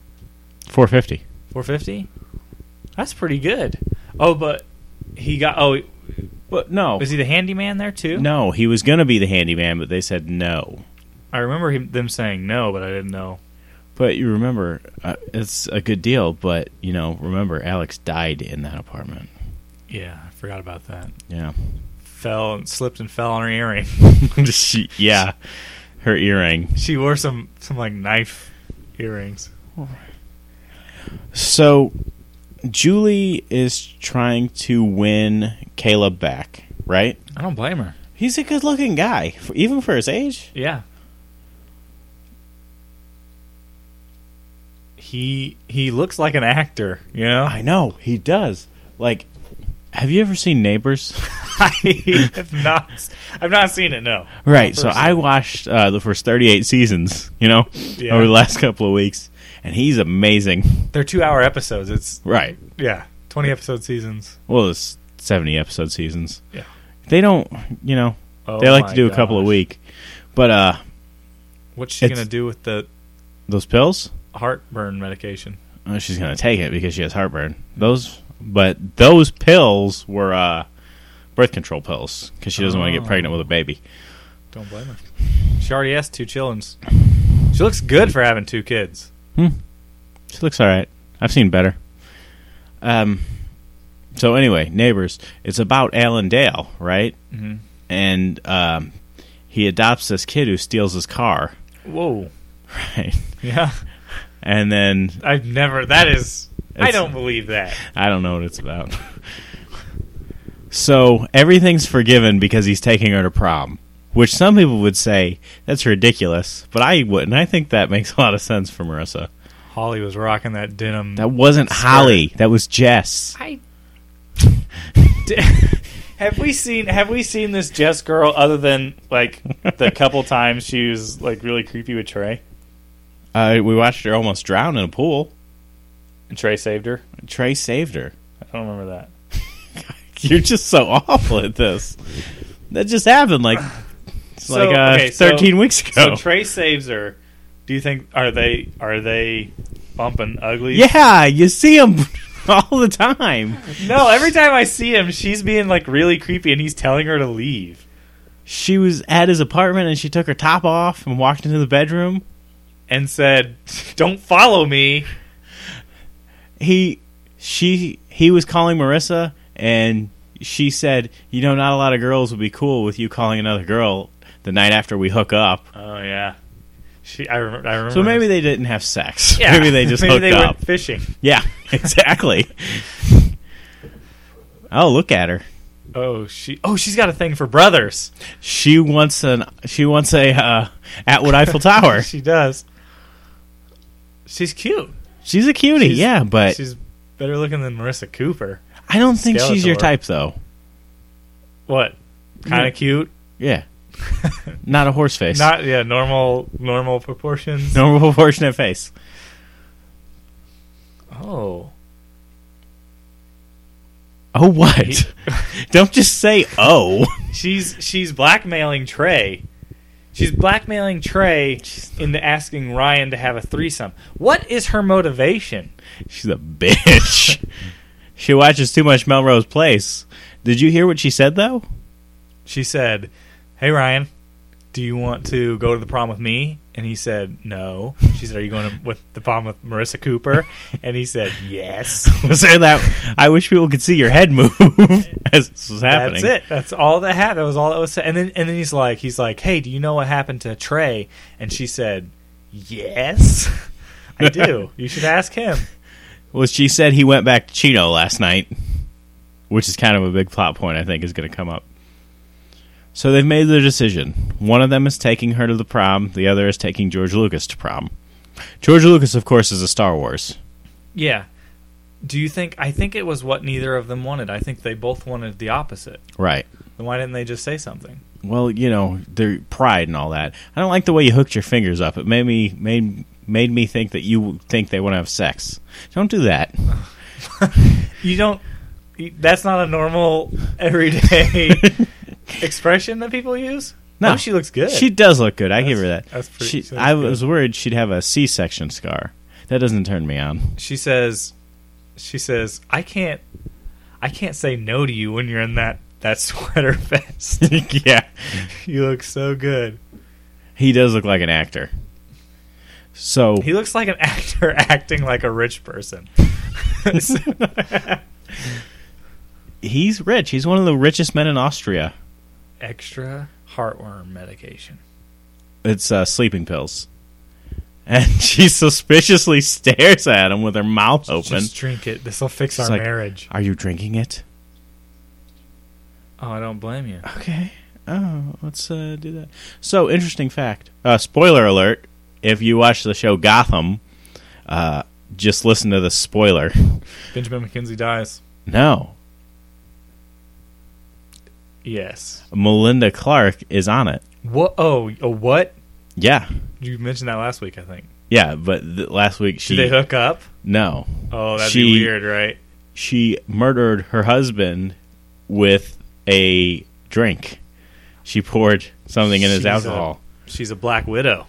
[SPEAKER 2] four fifty.
[SPEAKER 3] Four fifty. That's pretty good. Oh, but he got. Oh,
[SPEAKER 2] But no,
[SPEAKER 3] was he the handyman there too?
[SPEAKER 2] no, he was gonna be the handyman, but they said no.
[SPEAKER 3] I remember him, them saying no, but I didn't know.
[SPEAKER 2] But you remember, uh, it's a good deal. But you know, remember, Alex died in that apartment.
[SPEAKER 3] Yeah, I forgot about that.
[SPEAKER 2] Yeah,
[SPEAKER 3] Fell and slipped and fell on her earring.
[SPEAKER 2] She- yeah, her earring.
[SPEAKER 3] She wore some some like knife earrings.
[SPEAKER 2] So Julie is trying to win Caleb back, right?
[SPEAKER 3] I don't blame her.
[SPEAKER 2] He's a good-looking guy, for, even for his age.
[SPEAKER 3] Yeah. He he looks like an actor, you know.
[SPEAKER 2] I know he does. Like, have you ever seen Neighbors?
[SPEAKER 3] I have not. I've not seen it. No.
[SPEAKER 2] Right. So
[SPEAKER 3] First-
[SPEAKER 2] I watched uh, the first 38 seasons, you know,
[SPEAKER 3] Yeah.
[SPEAKER 2] over the last couple of weeks, and he's amazing.
[SPEAKER 3] They're two-hour episodes. It's
[SPEAKER 2] Right.
[SPEAKER 3] yeah, twenty-episode seasons.
[SPEAKER 2] Well, it's 70 episode seasons.
[SPEAKER 3] Yeah.
[SPEAKER 2] They don't, you know,
[SPEAKER 3] Oh
[SPEAKER 2] they like
[SPEAKER 3] my
[SPEAKER 2] to do a couple a
[SPEAKER 3] gosh.
[SPEAKER 2] week. But uh
[SPEAKER 3] What's she
[SPEAKER 2] It's-
[SPEAKER 3] gonna do with the
[SPEAKER 2] those pills,
[SPEAKER 3] heartburn medication?
[SPEAKER 2] uh, she's going to take it because she has heartburn. Those but those pills were uh birth control pills cuz she doesn't want to
[SPEAKER 3] Oh.
[SPEAKER 2] get pregnant with a baby.
[SPEAKER 3] Don't blame her. She already has two childrens. She looks good for having two kids.
[SPEAKER 2] She looks all right. I've seen better. Um, so anyway, neighbors. It's about Alan Dale, right?
[SPEAKER 3] Mhm.
[SPEAKER 2] And um, he adopts this kid who steals his car,
[SPEAKER 3] Whoa.
[SPEAKER 2] right?
[SPEAKER 3] Yeah.
[SPEAKER 2] And then
[SPEAKER 3] I've never. That is. I
[SPEAKER 2] It's-
[SPEAKER 3] don't believe that.
[SPEAKER 2] I don't know what it's about. so everything's forgiven because he's taking her to prom, which some people would say that's ridiculous, but I wouldn't. I think that makes a lot of sense for Marissa.
[SPEAKER 3] Holly was rocking that denim.
[SPEAKER 2] That wasn't Holly. That was Jess.
[SPEAKER 3] I. have we seen Have we seen this Jess girl other than like the couple times she was like really creepy with Trey
[SPEAKER 2] Uh, we watched her almost drown in a pool.
[SPEAKER 3] and Trey saved her?
[SPEAKER 2] Trey saved her.
[SPEAKER 3] I don't remember that.
[SPEAKER 2] You're just so awful at this. That just happened like it's
[SPEAKER 3] So,
[SPEAKER 2] like uh,
[SPEAKER 3] okay, so-
[SPEAKER 2] 13 weeks ago.
[SPEAKER 3] So Trey saves her. Do you think are they are they bumping ugly?
[SPEAKER 2] yeah, you see him all the time.
[SPEAKER 3] No. Every time I see him, she's being like really creepy, and he's telling her to leave.
[SPEAKER 2] She was at his apartment and she took her top off and walked into the bedroom.
[SPEAKER 3] And said, "Don't follow me."
[SPEAKER 2] He she he was calling Marissa and she said, "You know, not a lot of girls would be cool with you calling another girl the night after we hook up."
[SPEAKER 3] Oh yeah, she. I, remember. I remember.
[SPEAKER 2] So maybe
[SPEAKER 3] this.
[SPEAKER 2] they didn't have sex.
[SPEAKER 3] Yeah.
[SPEAKER 2] Maybe they just
[SPEAKER 3] Maybe
[SPEAKER 2] hooked
[SPEAKER 3] they
[SPEAKER 2] up.
[SPEAKER 3] went fishing.
[SPEAKER 2] Yeah, exactly. oh, look at her.
[SPEAKER 3] Oh, she. Oh, she's got a thing for brothers.
[SPEAKER 2] She wants an. She wants a uh, Atwood Eiffel Tower.
[SPEAKER 3] she does. She's cute.
[SPEAKER 2] She's a cutie,
[SPEAKER 3] She's-
[SPEAKER 2] yeah, but
[SPEAKER 3] she's better looking than Marissa Cooper.
[SPEAKER 2] I don't think she's your
[SPEAKER 3] Skeletor.
[SPEAKER 2] type, though.
[SPEAKER 3] What? Kind
[SPEAKER 2] Yeah.
[SPEAKER 3] of cute.
[SPEAKER 2] Yeah, not a horse face.
[SPEAKER 3] Not yeah. Normal normal proportions.
[SPEAKER 2] normal proportionate face.
[SPEAKER 3] Oh.
[SPEAKER 2] Oh, what? don't just say oh.
[SPEAKER 3] She's she's blackmailing Trey. She's blackmailing Trey into asking Ryan to have a threesome. What is her motivation?
[SPEAKER 2] she's a bitch. she watches too much Melrose Place. Did you hear what she said though?
[SPEAKER 3] she said, "Hey Ryan, do you want to go to the prom with me?" And he said, "No." She said, "Are you going to with the prom with Marissa Cooper?" And he said, "Yes."
[SPEAKER 2] Was there that? I wish people could see your head move as this was happening.
[SPEAKER 3] That's it. That's all that happened. That was all that was said. And then and then he's like, he's like, "Hey, do you know what happened to Trey?" And she said, "Yes." I do. You should ask him.
[SPEAKER 2] Well, she said he went back to Chino last night, which is kind of a big plot point I think is going to come up. So they've made their decision. One of them is taking her to the prom, the other is taking George Lucas to prom. George Lucas, of course, is a Star Wars.
[SPEAKER 3] Yeah. Do you think I think it was what neither of them wanted. I think they both wanted the opposite.
[SPEAKER 2] Right.
[SPEAKER 3] Then why didn't they just say something?
[SPEAKER 2] Well, you know, their pride and all that. I don't like the way you hooked your fingers up. It made me made made me think that you think they want to have sex. Don't do that.
[SPEAKER 3] You don't That's not a normal everyday expression that people use.
[SPEAKER 2] No.
[SPEAKER 3] oh, she looks good.
[SPEAKER 2] She does look good. I give her that.
[SPEAKER 3] That's- that's pretty-
[SPEAKER 2] She-
[SPEAKER 3] that's
[SPEAKER 2] I
[SPEAKER 3] good.
[SPEAKER 2] was worried she'd have a C-section scar. That doesn't turn me on.
[SPEAKER 3] she says, she says, I can't, I can't say no to you when you're in that that sweater vest.
[SPEAKER 2] yeah,
[SPEAKER 3] you look so good.
[SPEAKER 2] he does look like an actor. So
[SPEAKER 3] He looks like an actor acting like a rich person.
[SPEAKER 2] he's rich. He's one of the richest men in Austria.
[SPEAKER 3] Extra heartworm medication.
[SPEAKER 2] It's uh, sleeping pills. And she suspiciously stares at him with her mouth open.
[SPEAKER 3] Just drink it. This will fix
[SPEAKER 2] She's
[SPEAKER 3] our
[SPEAKER 2] like-
[SPEAKER 3] marriage.
[SPEAKER 2] Are you drinking it?
[SPEAKER 3] Oh, I don't blame you.
[SPEAKER 2] Okay. Oh, let's uh, do that. So, interesting fact. Uh, spoiler alert: If you watch the show Gotham, uh, just listen to the spoiler.
[SPEAKER 3] Benjamin McKenzie dies.
[SPEAKER 2] No,
[SPEAKER 3] Yes.
[SPEAKER 2] Melinda Clark is on it.
[SPEAKER 3] What? Oh, a what?
[SPEAKER 2] Yeah,
[SPEAKER 3] You mentioned that last week, I think.
[SPEAKER 2] yeah. But th- last week she
[SPEAKER 3] Did they hook up?
[SPEAKER 2] no,
[SPEAKER 3] Oh, that'd
[SPEAKER 2] She-
[SPEAKER 3] be weird, right?
[SPEAKER 2] she murdered her husband with a drink. She poured something in his
[SPEAKER 3] She's a-
[SPEAKER 2] alcohol.
[SPEAKER 3] She's a black widow.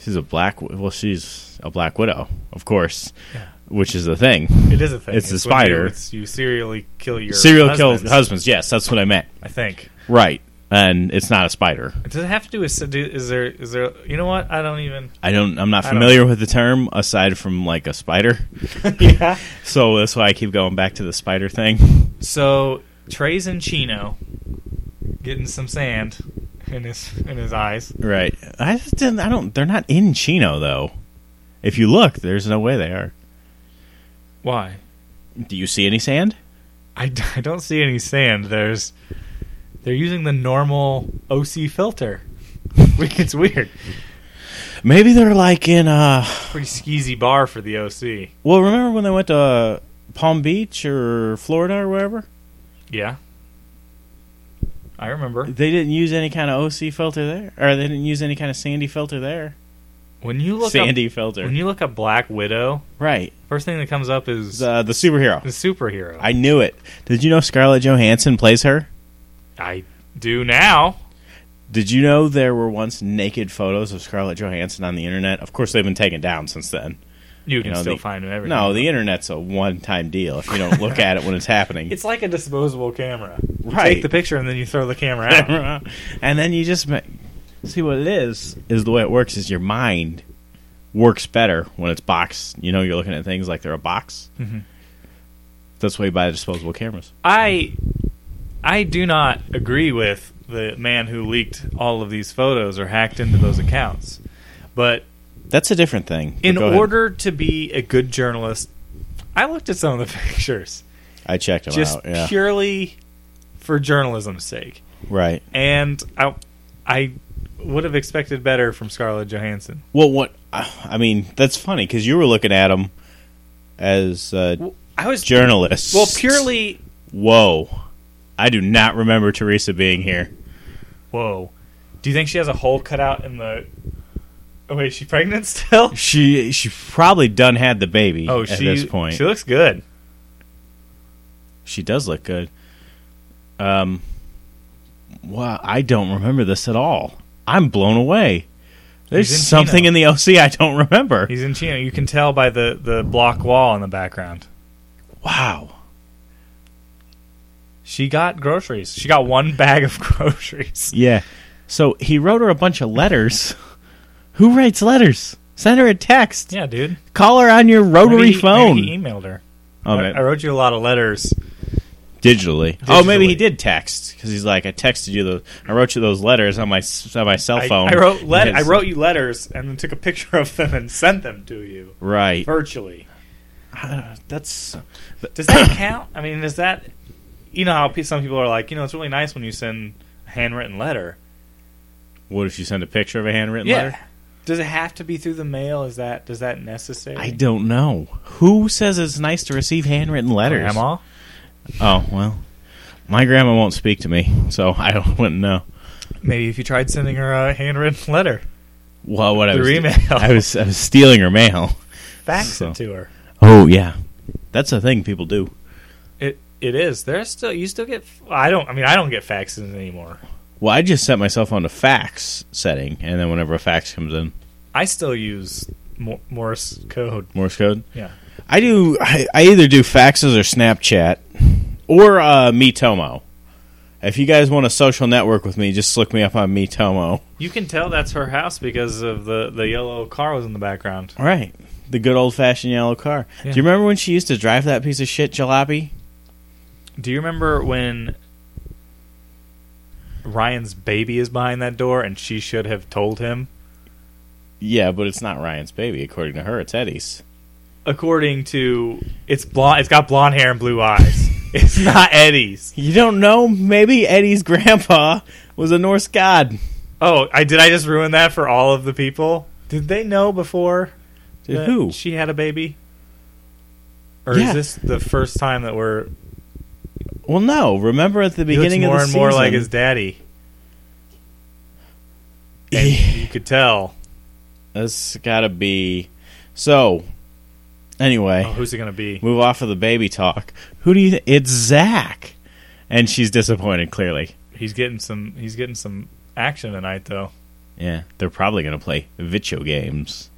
[SPEAKER 2] She's a black. wi- Well, she's a black widow, of course,
[SPEAKER 3] Yeah.
[SPEAKER 2] which is the thing.
[SPEAKER 3] It is a thing.
[SPEAKER 2] It's a
[SPEAKER 3] what you do.
[SPEAKER 2] spider.
[SPEAKER 3] It's you serially kill your
[SPEAKER 2] serial
[SPEAKER 3] husbands,
[SPEAKER 2] killed husbands. Yes, that's what I meant.
[SPEAKER 3] I think.
[SPEAKER 2] Right, and it's not a spider.
[SPEAKER 3] Does it have to do with? sedu- Is there? Is there? You know what? I don't even.
[SPEAKER 2] I don't. I'm not
[SPEAKER 3] I don't
[SPEAKER 2] familiar with the term aside from like a spider.
[SPEAKER 3] yeah.
[SPEAKER 2] So that's why I keep going back to the spider thing.
[SPEAKER 3] So Trey's in Chino, getting some sand in his in his eyes.
[SPEAKER 2] Right. I just didn't. I don't. They're not in Chino though. If you look, there's no way they are.
[SPEAKER 3] Why?
[SPEAKER 2] Do you see any sand?
[SPEAKER 3] I, d- I don't see any sand. There's they're using the normal OC filter. it's weird.
[SPEAKER 2] Maybe they're like in. uh
[SPEAKER 3] Pretty skeezy bar for the OC.
[SPEAKER 2] Well, remember when they went to uh, Palm Beach or Florida or wherever?
[SPEAKER 3] Yeah. I remember.
[SPEAKER 2] They didn't use any kind of OC filter there, or they didn't use any kind of sandy filter there.
[SPEAKER 3] When you look
[SPEAKER 2] sandy
[SPEAKER 3] up
[SPEAKER 2] filter.
[SPEAKER 3] when you look up Black Widow,
[SPEAKER 2] right.
[SPEAKER 3] first thing that comes up is
[SPEAKER 2] The, the superhero.
[SPEAKER 3] the superhero.
[SPEAKER 2] I knew it. Did you know Scarlett Johansson plays her?
[SPEAKER 3] I do now.
[SPEAKER 2] Did you know there were once naked photos of Scarlett Johansson on the internet? Of course, they've been taken down since then.
[SPEAKER 3] You can
[SPEAKER 2] know,
[SPEAKER 3] still
[SPEAKER 2] the-
[SPEAKER 3] find them everywhere.
[SPEAKER 2] No, the internet's a one-time deal. If you don't look at it when it's happening,
[SPEAKER 3] It's like a disposable camera. You
[SPEAKER 2] Right.
[SPEAKER 3] Take the picture and then you throw the camera out.
[SPEAKER 2] and then you just ma- see what it is. Is the way it works is your mind works better when it's boxed. You know, you're looking at things like they're a box.
[SPEAKER 3] Mhm.
[SPEAKER 2] That's why you buy disposable cameras.
[SPEAKER 3] I I do not agree with the man who leaked all of these photos or hacked into those accounts. But
[SPEAKER 2] That's a different thing. but
[SPEAKER 3] in
[SPEAKER 2] go ahead.
[SPEAKER 3] order to be a good journalist, I looked at some of the pictures
[SPEAKER 2] I checked them
[SPEAKER 3] just
[SPEAKER 2] out. Yeah,
[SPEAKER 3] purely for journalism's sake.
[SPEAKER 2] right.
[SPEAKER 3] And I I would have expected better from Scarlett Johansson.
[SPEAKER 2] Well, what I mean, that's funny because you were looking at them as uh,
[SPEAKER 3] I was
[SPEAKER 2] journalists.
[SPEAKER 3] well purely
[SPEAKER 2] Whoa, I do not remember Teresa being here.
[SPEAKER 3] Whoa. Do you think she has a hole cut out in the Oh wait, is she pregnant still?
[SPEAKER 2] She she probably done had the baby.
[SPEAKER 3] Oh,
[SPEAKER 2] at
[SPEAKER 3] she
[SPEAKER 2] this point,
[SPEAKER 3] she looks good.
[SPEAKER 2] She does look good. Um, wow, I don't remember this at all. I'm blown away. There's
[SPEAKER 3] He's in
[SPEAKER 2] something
[SPEAKER 3] Chino.
[SPEAKER 2] in the OC I don't remember.
[SPEAKER 3] He's in Chino. You can tell by the the block wall in the background.
[SPEAKER 2] wow.
[SPEAKER 3] She got groceries. She got one bag of groceries.
[SPEAKER 2] Yeah. So he wrote her a bunch of letters. Who writes letters? Send her a text.
[SPEAKER 3] Yeah, dude.
[SPEAKER 2] Call her on your rotary
[SPEAKER 3] Maybe he-
[SPEAKER 2] phone.
[SPEAKER 3] maybe he emailed her.
[SPEAKER 2] oh,
[SPEAKER 3] I,
[SPEAKER 2] man.
[SPEAKER 3] I wrote you a lot of letters.
[SPEAKER 2] digitally. Oh, maybe he
[SPEAKER 3] Digitally.
[SPEAKER 2] did text because he's like, I texted you the, I wrote you those letters on my s- on my cell
[SPEAKER 3] I,
[SPEAKER 2] phone.
[SPEAKER 3] I wrote let I
[SPEAKER 2] Because-
[SPEAKER 3] wrote you letters and then took a picture of them and sent them to you
[SPEAKER 2] right.
[SPEAKER 3] virtually.
[SPEAKER 2] Uh, That's
[SPEAKER 3] Does that count? I mean, is that you know how pe- some people are like, you know, it's really nice when you send a handwritten letter.
[SPEAKER 2] what if you send a picture of a handwritten letter?
[SPEAKER 3] Does it have to be through the mail? Is that does that necessary?
[SPEAKER 2] I don't know. Who says it's nice to receive handwritten letters?
[SPEAKER 3] Grandma?
[SPEAKER 2] Oh well, my grandma won't speak to me, so I don't, wouldn't know.
[SPEAKER 3] Maybe if you tried sending her a handwritten letter,
[SPEAKER 2] Well, what I
[SPEAKER 3] Through
[SPEAKER 2] was
[SPEAKER 3] email.
[SPEAKER 2] I was I was stealing her mail.
[SPEAKER 3] fax
[SPEAKER 2] So-
[SPEAKER 3] it to her.
[SPEAKER 2] Oh yeah, that's a thing people do.
[SPEAKER 3] It It is. There's still you still get. I don't. I mean, I don't get faxes anymore.
[SPEAKER 2] Well, I just set myself on a fax setting, and then whenever a fax comes in,
[SPEAKER 3] I still use Mor- Morse code.
[SPEAKER 2] Morse code.
[SPEAKER 3] Yeah.
[SPEAKER 2] I do. I, I either do faxes or Snapchat or uh, MeTomo. If you guys want a social network with me, just look me up on MeTomo.
[SPEAKER 3] You can tell that's her house because of the the yellow car was in the background.
[SPEAKER 2] Right. The good old fashioned yellow car.
[SPEAKER 3] Yeah.
[SPEAKER 2] Do you remember when she used to drive that piece of shit jalopy?
[SPEAKER 3] Do you remember when Ryan's baby is behind that door and she should have told him?
[SPEAKER 2] Yeah, but it's not Ryan's baby, according to her. It's Eddie's.
[SPEAKER 3] According to it's blonde. It's got blonde hair and blue eyes. it's not Eddie's.
[SPEAKER 2] You don't know? Maybe Eddie's grandpa was a Norse god.
[SPEAKER 3] Oh, I did. I just ruin that for all of the people. Did they know before
[SPEAKER 2] Dude,
[SPEAKER 3] that
[SPEAKER 2] who?
[SPEAKER 3] she had a baby? Or
[SPEAKER 2] Yeah.
[SPEAKER 3] is this the first time that we're
[SPEAKER 2] Well, no. Remember at the
[SPEAKER 3] he looks
[SPEAKER 2] beginning
[SPEAKER 3] more
[SPEAKER 2] of the
[SPEAKER 3] and more
[SPEAKER 2] season-
[SPEAKER 3] like his daddy? And you could tell.
[SPEAKER 2] That's gotta be. So, anyway.
[SPEAKER 3] Oh, who's it gonna be?
[SPEAKER 2] move off of the baby talk. Who do you? Th- it's Zach, and she's disappointed. Clearly,
[SPEAKER 3] He's getting some. He's getting some action tonight, though.
[SPEAKER 2] yeah, they're probably gonna play video games,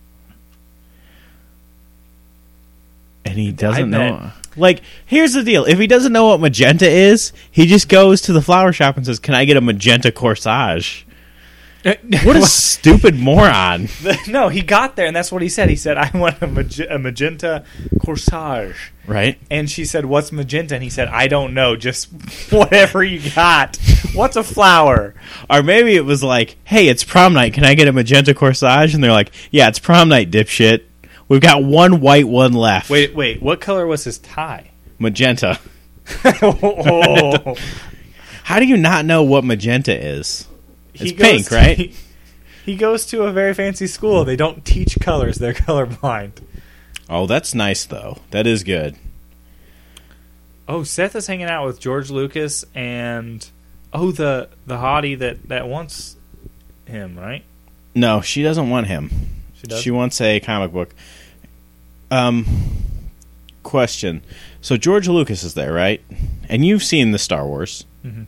[SPEAKER 2] and he doesn't
[SPEAKER 3] bet.
[SPEAKER 2] know. Like, here's the deal: if he doesn't know what magenta is, he just goes to the flower shop and says, "Can I get a magenta corsage?"
[SPEAKER 3] Uh,
[SPEAKER 2] What a stupid moron!
[SPEAKER 3] no, he got there, and that's what he said. He said, "I want a, mag- a magenta corsage,"
[SPEAKER 2] Right?
[SPEAKER 3] and she said, "What's magenta?" And he said, "I don't know. Just whatever you got. What's a flower?"
[SPEAKER 2] Or maybe it was like, "Hey, it's prom night. Can I get a magenta corsage?" And they're like, "Yeah, it's prom night, dipshit. We've got one white, one left."
[SPEAKER 3] Wait, wait. What color was his tie?
[SPEAKER 2] magenta.
[SPEAKER 3] oh,
[SPEAKER 2] How do you not know what magenta is?
[SPEAKER 3] He
[SPEAKER 2] It's pink,
[SPEAKER 3] to-
[SPEAKER 2] right?
[SPEAKER 3] He, he goes to a very fancy school. They don't teach colors; they're colorblind.
[SPEAKER 2] Oh, that's nice though. That is good.
[SPEAKER 3] Oh, Seth is hanging out with George Lucas and oh the the hottie that that wants him, right?
[SPEAKER 2] No, she doesn't want him.
[SPEAKER 3] She
[SPEAKER 2] She,
[SPEAKER 3] does.
[SPEAKER 2] wants a comic book. Um question. So George Lucas is there, right? And you've seen the Star Wars.
[SPEAKER 3] Mhm.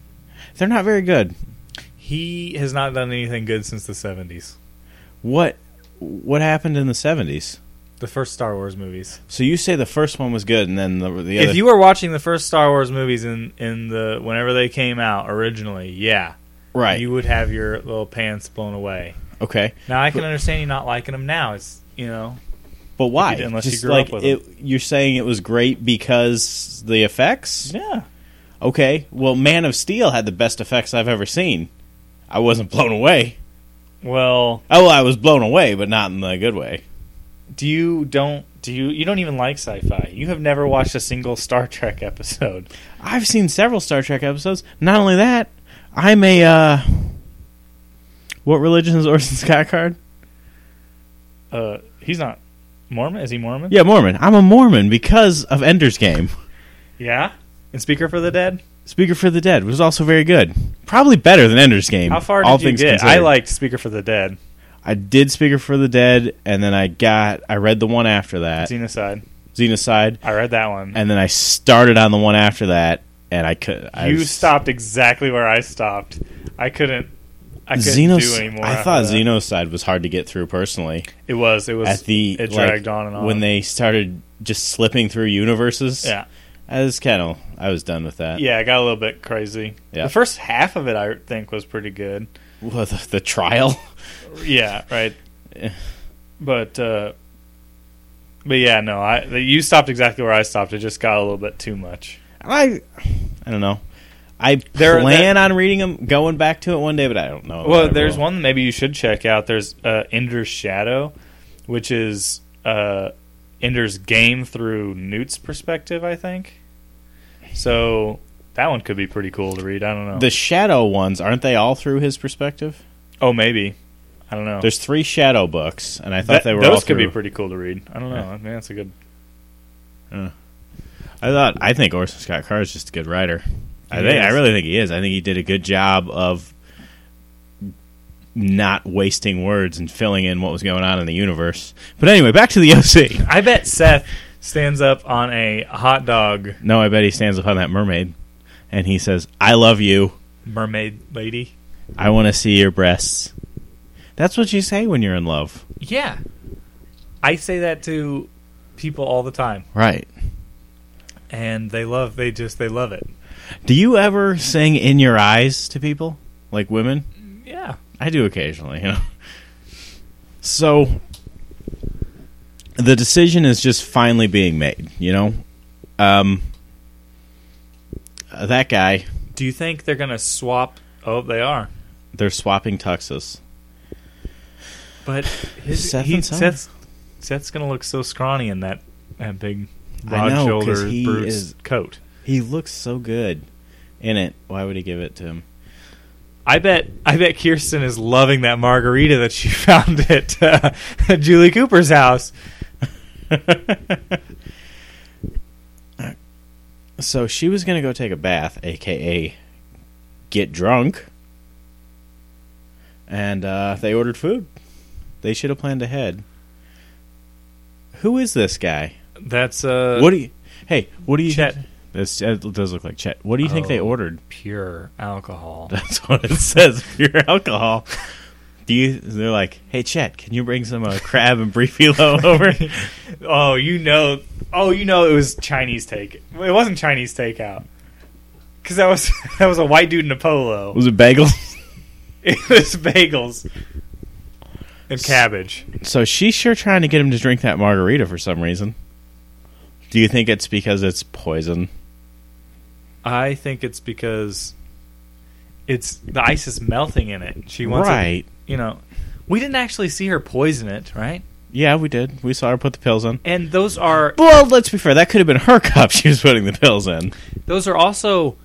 [SPEAKER 2] They're not very good.
[SPEAKER 3] he has not done anything good since the seventies.
[SPEAKER 2] What what happened in the 70s?
[SPEAKER 3] The first Star Wars movies.
[SPEAKER 2] So you say the first one was good and then the, the other
[SPEAKER 3] If you were watching the first Star Wars movies in in the whenever they came out originally, yeah,
[SPEAKER 2] right.
[SPEAKER 3] you would have your little pants blown away.
[SPEAKER 2] okay.
[SPEAKER 3] Now I can understand you not liking them now. It's you know
[SPEAKER 2] But why?
[SPEAKER 3] didn't, unless you
[SPEAKER 2] Just
[SPEAKER 3] grew
[SPEAKER 2] like
[SPEAKER 3] up with
[SPEAKER 2] it, you're saying it was great because the effects?
[SPEAKER 3] yeah.
[SPEAKER 2] Okay, well, Man of Steel had the best effects I've ever seen. I wasn't blown away.
[SPEAKER 3] Well,
[SPEAKER 2] Oh, well, I was blown away, but not in the good way.
[SPEAKER 3] do you don't do you you don't even like sci-fi? You have never watched a single Star Trek episode.
[SPEAKER 2] I've seen several Star Trek episodes. Not only that, I'm a uh, what religion is Orson Scott Card?
[SPEAKER 3] uh, he's not Mormon. Is he Mormon?
[SPEAKER 2] Yeah, Mormon. I'm a Mormon because of Ender's Game.
[SPEAKER 3] Yeah. And Speaker for the Dead.
[SPEAKER 2] Speaker for the Dead was also very good. Probably better than Ender's Game.
[SPEAKER 3] How far
[SPEAKER 2] all
[SPEAKER 3] did you
[SPEAKER 2] things
[SPEAKER 3] get? I
[SPEAKER 2] considered.
[SPEAKER 3] liked Speaker for the Dead.
[SPEAKER 2] I did Speaker for the Dead, and then I got I read the one after that,
[SPEAKER 3] Xenocide.
[SPEAKER 2] Xenocide.
[SPEAKER 3] I read that one.
[SPEAKER 2] and then I started on the one after that, and I could. I
[SPEAKER 3] you
[SPEAKER 2] was-
[SPEAKER 3] stopped exactly where I stopped. I couldn't. I couldn't
[SPEAKER 2] Xenos-
[SPEAKER 3] do anymore.
[SPEAKER 2] I
[SPEAKER 3] after
[SPEAKER 2] thought
[SPEAKER 3] that.
[SPEAKER 2] Xenocide was hard to get through personally.
[SPEAKER 3] It was. It was.
[SPEAKER 2] At the like,
[SPEAKER 3] it dragged on and on.
[SPEAKER 2] when they started just slipping through universes.
[SPEAKER 3] Yeah.
[SPEAKER 2] I was kind of I was done with that.
[SPEAKER 3] Yeah, it got a little bit crazy.
[SPEAKER 2] Yeah.
[SPEAKER 3] The first half of it, I think, was pretty good.
[SPEAKER 2] Well, the, the trial.
[SPEAKER 3] Yeah, right.
[SPEAKER 2] Yeah.
[SPEAKER 3] But, uh, but yeah, no, I you stopped exactly where I stopped. It just got a little bit too much.
[SPEAKER 2] I I don't know. I
[SPEAKER 3] There-
[SPEAKER 2] plan on reading them, going back to it one day, but I don't know.
[SPEAKER 3] Well, there's one that maybe you should check out. There's uh, Ender's Shadow, which is uh, Ender's game through Newt's perspective, I think. So that one could be pretty cool to read. I don't know.
[SPEAKER 2] The shadow ones aren't they all through his perspective?
[SPEAKER 3] oh, maybe. I don't know.
[SPEAKER 2] There's three shadow books, and I thought
[SPEAKER 3] That-
[SPEAKER 2] they were all
[SPEAKER 3] those could be
[SPEAKER 2] through-
[SPEAKER 3] pretty cool to read. I don't know. I mean, that's a good.
[SPEAKER 2] I thought I think Orson Scott Card is just a good writer. I
[SPEAKER 3] He
[SPEAKER 2] think I
[SPEAKER 3] is.
[SPEAKER 2] really think he is. I think he did a good job of not wasting words and filling in what was going on in the universe. But anyway, back to the OC.
[SPEAKER 3] I bet Seth stands up on a hot dog
[SPEAKER 2] No, I bet he stands upon that mermaid and he says, I love you.
[SPEAKER 3] mermaid lady.
[SPEAKER 2] I want to see your breasts. That's what you say when you're in love.
[SPEAKER 3] Yeah. I say that to people all the time
[SPEAKER 2] Right.
[SPEAKER 3] and they love they just they love it.
[SPEAKER 2] Do you ever sing in your eyes to people? Like women?
[SPEAKER 3] Yeah.
[SPEAKER 2] I do occasionally, you know. So the decision is just finally being made, you know? Um uh, that guy,
[SPEAKER 3] Do you think they're going to swap Oh, they are.
[SPEAKER 2] they're swapping tuxes.
[SPEAKER 3] But his,
[SPEAKER 2] Seth
[SPEAKER 3] he,
[SPEAKER 2] and Summer.
[SPEAKER 3] Seth's, Seth's gonna look so scrawny in that, that big
[SPEAKER 2] I
[SPEAKER 3] broad
[SPEAKER 2] know, 'cause
[SPEAKER 3] shoulder
[SPEAKER 2] he
[SPEAKER 3] Bruce
[SPEAKER 2] is-
[SPEAKER 3] coat.
[SPEAKER 2] He looks so good in it. Why would he give it to him?
[SPEAKER 3] I bet I bet Kirsten is loving that margarita that she found at uh, Julie Cooper's house.
[SPEAKER 2] So she was going to go take a bath, aka get drunk. And uh, they ordered food. They should have planned ahead. Who is this guy?
[SPEAKER 3] That's uh,
[SPEAKER 2] what do you? Hey, what do you?
[SPEAKER 3] Chet.
[SPEAKER 2] This uh, does look like Chet. What do you think they
[SPEAKER 3] Oh.
[SPEAKER 2] ordered?
[SPEAKER 3] pure alcohol.
[SPEAKER 2] That's what it says. Pure alcohol. Do you? They're like, hey Chet, can you bring some uh, crab and brie filo over?
[SPEAKER 3] oh, you know, oh, you know, it was Chinese take. It wasn't Chinese takeout because that was that was a white dude in a polo.
[SPEAKER 2] was it bagels?
[SPEAKER 3] It was bagels and cabbage.
[SPEAKER 2] So she's sure trying to get him to drink that margarita for some reason. Do you think it's because it's poison?
[SPEAKER 3] I think it's because it's the ice is melting in it. She wants it,
[SPEAKER 2] right.
[SPEAKER 3] you know. We didn't actually see her poison it, right?
[SPEAKER 2] Yeah, we did. We saw her put the pills in.
[SPEAKER 3] And those are
[SPEAKER 2] Well, let's be fair. That could have been her cup she was putting the pills in.
[SPEAKER 3] those are also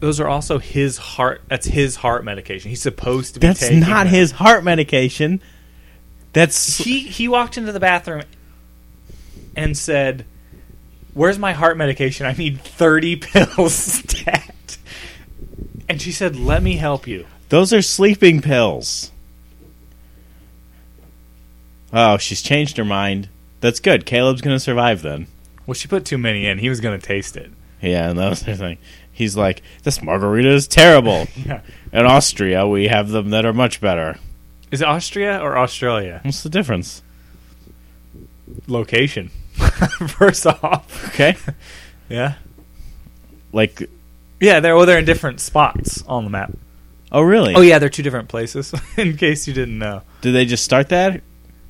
[SPEAKER 3] those are also his heart that's his heart medication. He's supposed to be
[SPEAKER 2] That's
[SPEAKER 3] taking
[SPEAKER 2] not
[SPEAKER 3] that.
[SPEAKER 2] his heart medication. That's
[SPEAKER 3] He he walked into the bathroom and said, "Where's my heart medication? I need 30 pills stat." And she said, "Let me help you."
[SPEAKER 2] those are sleeping pills. Oh, she's changed her mind. That's good. Caleb's gonna survive then.
[SPEAKER 3] Well, she put too many in. He was going to taste it.
[SPEAKER 2] Yeah, and that was the thing. He's like, this margarita is terrible.
[SPEAKER 3] Yeah.
[SPEAKER 2] In Austria, we have them that are much better.
[SPEAKER 3] Is it Austria or Australia?
[SPEAKER 2] What's the difference?
[SPEAKER 3] Mm-hmm. Location. First off.
[SPEAKER 2] Okay.
[SPEAKER 3] Yeah.
[SPEAKER 2] Like,
[SPEAKER 3] Yeah, they're well, they're in different spots on the map.
[SPEAKER 2] oh, really?
[SPEAKER 3] Oh yeah, they're two different places. in case you didn't know.
[SPEAKER 2] Did they just start that?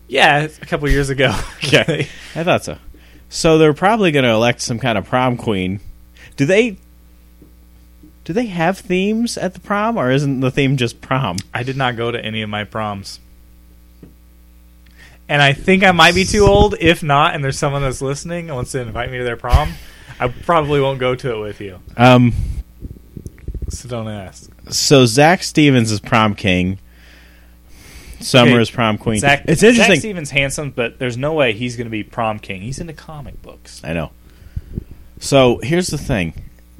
[SPEAKER 3] Yeah, it's a couple years ago.
[SPEAKER 2] Okay. I thought so. So they're probably going to elect some kind of prom queen. Do they. Do they have themes at the prom, or isn't the theme just prom?
[SPEAKER 3] I did not go to any of my proms. And I think I might be too old. If not, and there's someone that's listening and wants to invite me to their prom, I probably won't go to it with you.
[SPEAKER 2] Um,
[SPEAKER 3] So don't ask.
[SPEAKER 2] so Zach Stevens is prom king. Summer
[SPEAKER 3] Okay,
[SPEAKER 2] is prom queen.
[SPEAKER 3] Zach,
[SPEAKER 2] it's interesting.
[SPEAKER 3] Zach Stevens handsome, but there's no way he's going to be prom king. He's into comic books.
[SPEAKER 2] I know. So here's the thing.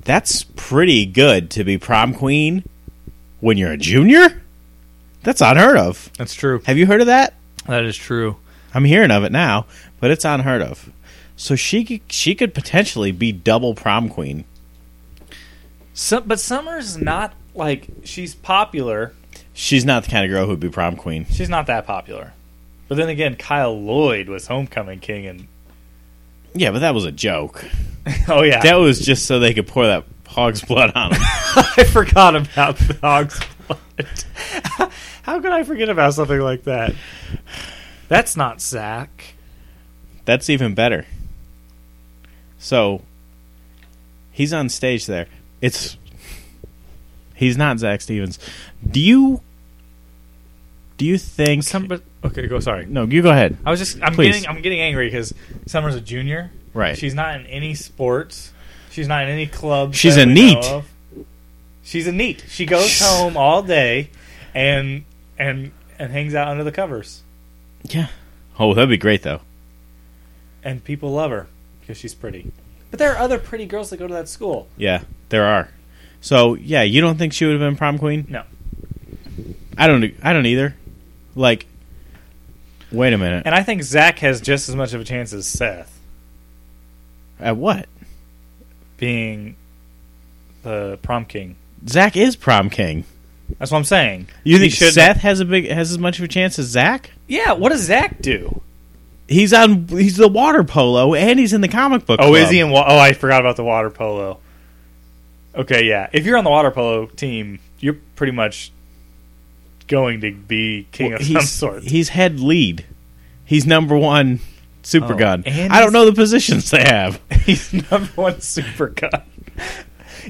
[SPEAKER 2] That's pretty good to be prom queen when you're a junior. That's unheard of.
[SPEAKER 3] That's true.
[SPEAKER 2] Have you heard of that?
[SPEAKER 3] That is true.
[SPEAKER 2] I'm hearing of it now, but it's unheard of. So she c- she could potentially be double prom queen.
[SPEAKER 3] So, but Summer's not like she's popular.
[SPEAKER 2] She's not the kind of girl who'd be prom queen.
[SPEAKER 3] She's not that popular. But then again, Kyle Lloyd was homecoming king, and
[SPEAKER 2] Yeah, but that was a joke.
[SPEAKER 3] oh yeah,
[SPEAKER 2] That was just so they could pour that hog's blood on him.
[SPEAKER 3] I forgot about the dog's blood. How could I forget about something like that? That's not Zach.
[SPEAKER 2] That's even better. So he's on stage there. It's he's not Zach Stevens. Do you do you think?
[SPEAKER 3] Summer, okay, go. Sorry,
[SPEAKER 2] no, you go ahead.
[SPEAKER 3] I was just. I'm
[SPEAKER 2] Please.
[SPEAKER 3] getting. I'm getting angry because Summer's a junior.
[SPEAKER 2] Right.
[SPEAKER 3] She's not in any sports. She's not in any clubs.
[SPEAKER 2] She's
[SPEAKER 3] that
[SPEAKER 2] a
[SPEAKER 3] we
[SPEAKER 2] neat.
[SPEAKER 3] know of. She's a neat. She goes home all day, and and and hangs out under the covers,
[SPEAKER 2] yeah. Oh, that'd be great though.
[SPEAKER 3] and people love her because she's pretty. But there are other pretty girls that go to that school.
[SPEAKER 2] Yeah, there are. So yeah, you don't think she would have been prom queen?
[SPEAKER 3] No.
[SPEAKER 2] I don't. I don't either. Like Wait a minute.
[SPEAKER 3] And I think Zach has just as much of a chance as Seth
[SPEAKER 2] At what?
[SPEAKER 3] being the prom king.
[SPEAKER 2] Zach is prom king.
[SPEAKER 3] That's what I'm saying.
[SPEAKER 2] You
[SPEAKER 3] He
[SPEAKER 2] think
[SPEAKER 3] shouldn't-
[SPEAKER 2] Seth has a big has as much of a chance as Zach?
[SPEAKER 3] Yeah. What does Zach do?
[SPEAKER 2] He's on. He's the water polo, and he's in the comic book.
[SPEAKER 3] Oh, is
[SPEAKER 2] club.
[SPEAKER 3] he in? Wa- oh, I forgot about the water polo. Okay, yeah. If you're on the water polo team, you're pretty much going to be king
[SPEAKER 2] Well,
[SPEAKER 3] of
[SPEAKER 2] he's,
[SPEAKER 3] some sort.
[SPEAKER 2] He's head lead. He's number one super
[SPEAKER 3] Oh,
[SPEAKER 2] gun.
[SPEAKER 3] and
[SPEAKER 2] I don't
[SPEAKER 3] he's-
[SPEAKER 2] know the positions they have.
[SPEAKER 3] He's number one super gun.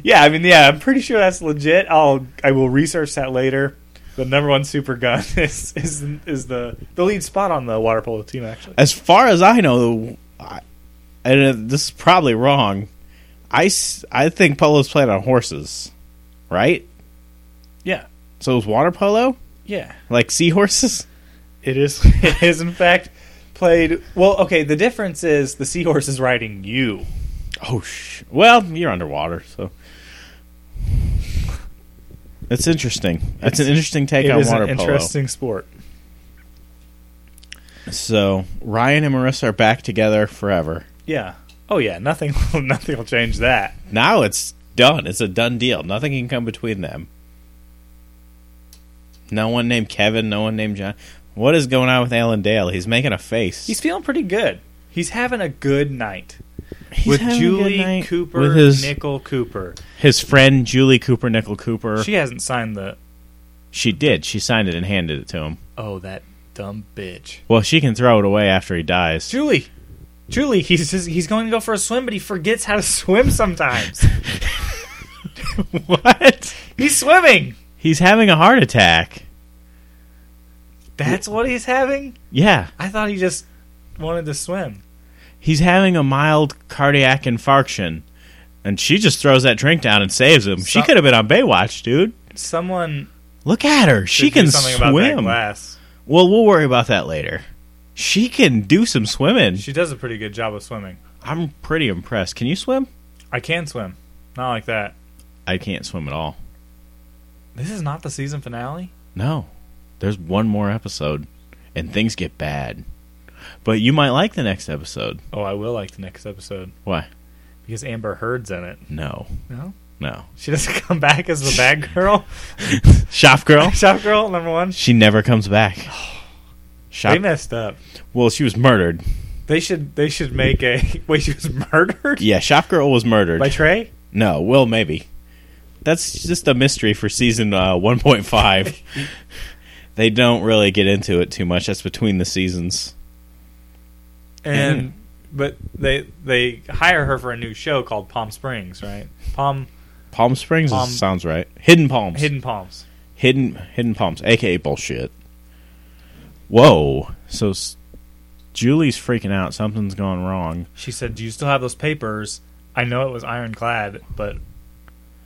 [SPEAKER 3] yeah, I mean, yeah, I'm pretty sure that's legit. I'll I will research that later. The number one super gun is is is the the lead spot on the water polo team. Actually,
[SPEAKER 2] As far as I know, I, and uh, this is probably wrong. I, s- I think polo's played on horses, right?
[SPEAKER 3] yeah,
[SPEAKER 2] So is water polo
[SPEAKER 3] yeah,
[SPEAKER 2] like seahorses?
[SPEAKER 3] it is it is in fact played well. Okay, the difference is the seahorse is riding you.
[SPEAKER 2] Oh sh! Well, you're underwater, so it's interesting. That's an interesting take
[SPEAKER 3] It
[SPEAKER 2] on
[SPEAKER 3] is
[SPEAKER 2] water
[SPEAKER 3] an
[SPEAKER 2] polo.
[SPEAKER 3] interesting sport.
[SPEAKER 2] So Ryan and Marissa are back together forever.
[SPEAKER 3] Yeah. Oh yeah. Nothing. will- Nothing will change that.
[SPEAKER 2] Now it's done. It's a done deal. Nothing can come between them. No one named Kevin. No one named John. What is going on with Alan Dale? He's making a face.
[SPEAKER 3] He's feeling pretty good. He's having a good night
[SPEAKER 2] He's
[SPEAKER 3] with
[SPEAKER 2] having a good
[SPEAKER 3] Julie
[SPEAKER 2] night
[SPEAKER 3] Cooper,
[SPEAKER 2] with his
[SPEAKER 3] Nickel Cooper.
[SPEAKER 2] his friend Julie Cooper, Nickel Cooper. She,
[SPEAKER 3] She hasn't signed the.
[SPEAKER 2] did. She signed it and handed it to him.
[SPEAKER 3] Oh, that dumb bitch,
[SPEAKER 2] Well, she can throw it away after he dies.
[SPEAKER 3] Julie. Julie, he's just, he's going to go for a swim, but he forgets how to swim sometimes.
[SPEAKER 2] what?
[SPEAKER 3] he's swimming.
[SPEAKER 2] He's having a heart attack.
[SPEAKER 3] That's what he's having.
[SPEAKER 2] Yeah,
[SPEAKER 3] I thought he just wanted to swim.
[SPEAKER 2] he's having a mild cardiac infarction, and she just throws that drink down and saves him. she
[SPEAKER 3] Some-
[SPEAKER 2] could have been on Baywatch, dude.
[SPEAKER 3] Someone
[SPEAKER 2] Look at her. She
[SPEAKER 3] should do
[SPEAKER 2] can
[SPEAKER 3] something about that
[SPEAKER 2] swim.
[SPEAKER 3] glass.
[SPEAKER 2] Well, we'll worry about that later. She can do some swimming.
[SPEAKER 3] She does a pretty good job of swimming.
[SPEAKER 2] I'm pretty impressed. Can you swim?
[SPEAKER 3] I can swim, not like that.
[SPEAKER 2] I can't swim at all.
[SPEAKER 3] This is not the season finale.
[SPEAKER 2] No. There's one more episode, and things get bad. But you might like the next episode.
[SPEAKER 3] Oh, I will like the next episode
[SPEAKER 2] Why?
[SPEAKER 3] because Amber Heard's in it.
[SPEAKER 2] No.
[SPEAKER 3] No,
[SPEAKER 2] No.
[SPEAKER 3] she doesn't come back as the bad girl,
[SPEAKER 2] Shop Girl?
[SPEAKER 3] shop girl number one.
[SPEAKER 2] she never comes back.
[SPEAKER 3] They
[SPEAKER 2] Shop.
[SPEAKER 3] messed up.
[SPEAKER 2] well, she was murdered.
[SPEAKER 3] They should. They should make a. Wait, she was murdered
[SPEAKER 2] Yeah, Shop Girl was murdered.
[SPEAKER 3] by Trey.
[SPEAKER 2] no, well, maybe. That's just a mystery for season uh, 1.5. they don't really get into it too much. That's between the seasons.
[SPEAKER 3] And but they they hire her for a new show called Palm Springs, right? Palm
[SPEAKER 2] Palm Springs
[SPEAKER 3] Palm-
[SPEAKER 2] is, sounds right. Hidden Palms.
[SPEAKER 3] Hidden Palms.
[SPEAKER 2] Hidden Hidden Palms, aka bullshit. Whoa. So s- Julie's freaking out. Something's gone wrong.
[SPEAKER 3] She said, "Do you still have those papers? I know it was ironclad, but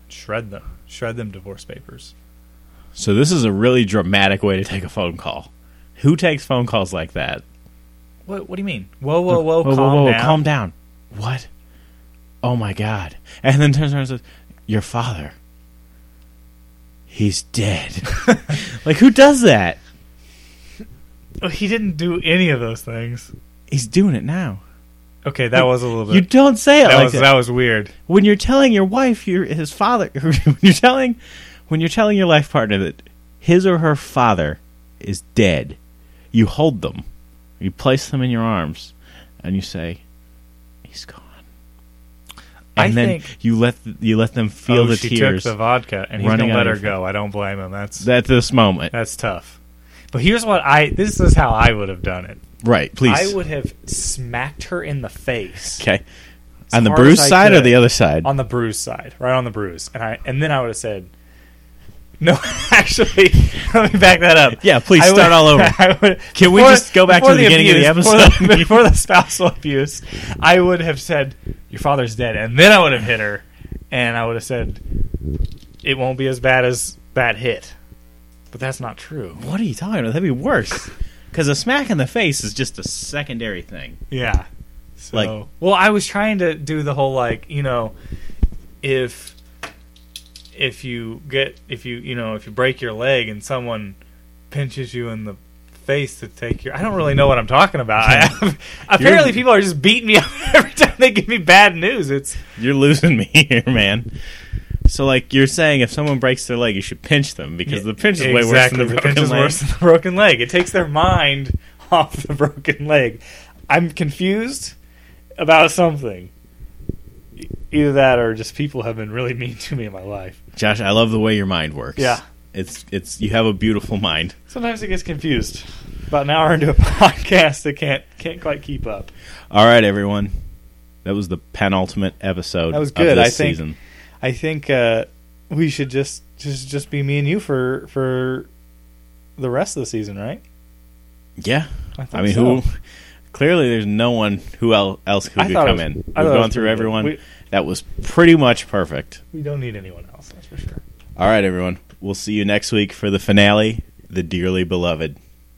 [SPEAKER 3] shred them. Shred them divorce papers."
[SPEAKER 2] So this is a really dramatic way to take a phone call. Who takes phone calls like that?
[SPEAKER 3] What What do you mean? Whoa, whoa, whoa!
[SPEAKER 2] whoa,
[SPEAKER 3] calm
[SPEAKER 2] whoa, whoa,
[SPEAKER 3] down.
[SPEAKER 2] calm down. What? Oh my god. And then turns around and says, Your father. He's dead. like who does that?
[SPEAKER 3] Oh, He didn't do any of those things.
[SPEAKER 2] He's doing it now.
[SPEAKER 3] Okay, that was a little bit.
[SPEAKER 2] You don't say it
[SPEAKER 3] that
[SPEAKER 2] like
[SPEAKER 3] was
[SPEAKER 2] that.
[SPEAKER 3] that was weird.
[SPEAKER 2] when you're telling your wife your his father when you're telling when you're telling your life partner that his or her father is dead you hold them you place them in your arms and you say he's gone
[SPEAKER 3] I
[SPEAKER 2] and then
[SPEAKER 3] think-
[SPEAKER 2] you let you let them feel
[SPEAKER 3] oh,
[SPEAKER 2] the
[SPEAKER 3] she
[SPEAKER 2] tears
[SPEAKER 3] took the vodka, and he's
[SPEAKER 2] running
[SPEAKER 3] gonna
[SPEAKER 2] out
[SPEAKER 3] let
[SPEAKER 2] of
[SPEAKER 3] her
[SPEAKER 2] her
[SPEAKER 3] go. I don't blame him. That's
[SPEAKER 2] at this moment
[SPEAKER 3] that's tough. But here's what I. This is how I would have done it.
[SPEAKER 2] right please
[SPEAKER 3] I would have smacked her in the face
[SPEAKER 2] okay on the
[SPEAKER 3] hard as
[SPEAKER 2] bruise
[SPEAKER 3] I
[SPEAKER 2] side or
[SPEAKER 3] could.
[SPEAKER 2] the other side
[SPEAKER 3] on the bruise side, right on the bruise, and I and then I would have said, "No, actually, let me back that up."
[SPEAKER 2] Yeah, please
[SPEAKER 3] I would-
[SPEAKER 2] start all over.
[SPEAKER 3] I would-
[SPEAKER 2] Can we
[SPEAKER 3] before-
[SPEAKER 2] just go back to
[SPEAKER 3] before
[SPEAKER 2] the beginning of the
[SPEAKER 3] abuse, Before
[SPEAKER 2] episode?
[SPEAKER 3] the, before the spousal abuse, I would have said, "Your father's dead," and then I would have hit her, and I would have said, "It won't be as bad as that hit," but that's not true.
[SPEAKER 2] what are you talking about that'd be worse because a smack in the face is just a secondary thing
[SPEAKER 3] Yeah. So,
[SPEAKER 2] Like-
[SPEAKER 3] well, I was trying to do the whole like, you know, if if you get if you you know if you break your leg and someone pinches you in the space to take your. I don't really know what I'm talking about. I, apparently, people are just beating me up every time they give me bad news. It's
[SPEAKER 2] You're losing me here, man. So, like, you're saying if someone breaks their leg, you should pinch them because the pinch is way worse than the
[SPEAKER 3] Exactly,
[SPEAKER 2] broken
[SPEAKER 3] pinch is
[SPEAKER 2] leg.
[SPEAKER 3] worse than the broken leg. It takes their mind off the broken leg. I'm confused about something. E- Either that, or just people have been really mean to me in my life.
[SPEAKER 2] Josh, I love the way your mind works.
[SPEAKER 3] Yeah.
[SPEAKER 2] It's it's you have a beautiful mind.
[SPEAKER 3] Sometimes it gets confused. About an hour into a podcast, it can't can't quite keep up.
[SPEAKER 2] All right, everyone. That was the penultimate episode
[SPEAKER 3] That was good,
[SPEAKER 2] of this
[SPEAKER 3] I think.
[SPEAKER 2] season.
[SPEAKER 3] I think uh, we should just just just be me and you for for the rest of the season, right?
[SPEAKER 2] Yeah.
[SPEAKER 3] think
[SPEAKER 2] I mean,
[SPEAKER 3] so.
[SPEAKER 2] who Clearly, there's no one who el- else who
[SPEAKER 3] I
[SPEAKER 2] could
[SPEAKER 3] thought it
[SPEAKER 2] come
[SPEAKER 3] was-
[SPEAKER 2] in. We've
[SPEAKER 3] I thought it
[SPEAKER 2] gone
[SPEAKER 3] was
[SPEAKER 2] through
[SPEAKER 3] pretty good.
[SPEAKER 2] everyone.
[SPEAKER 3] We-
[SPEAKER 2] That was pretty much perfect.
[SPEAKER 3] We don't need anyone else, that's for sure.
[SPEAKER 2] All right, everyone. We'll see you next week for the finale, The Dearly Beloved.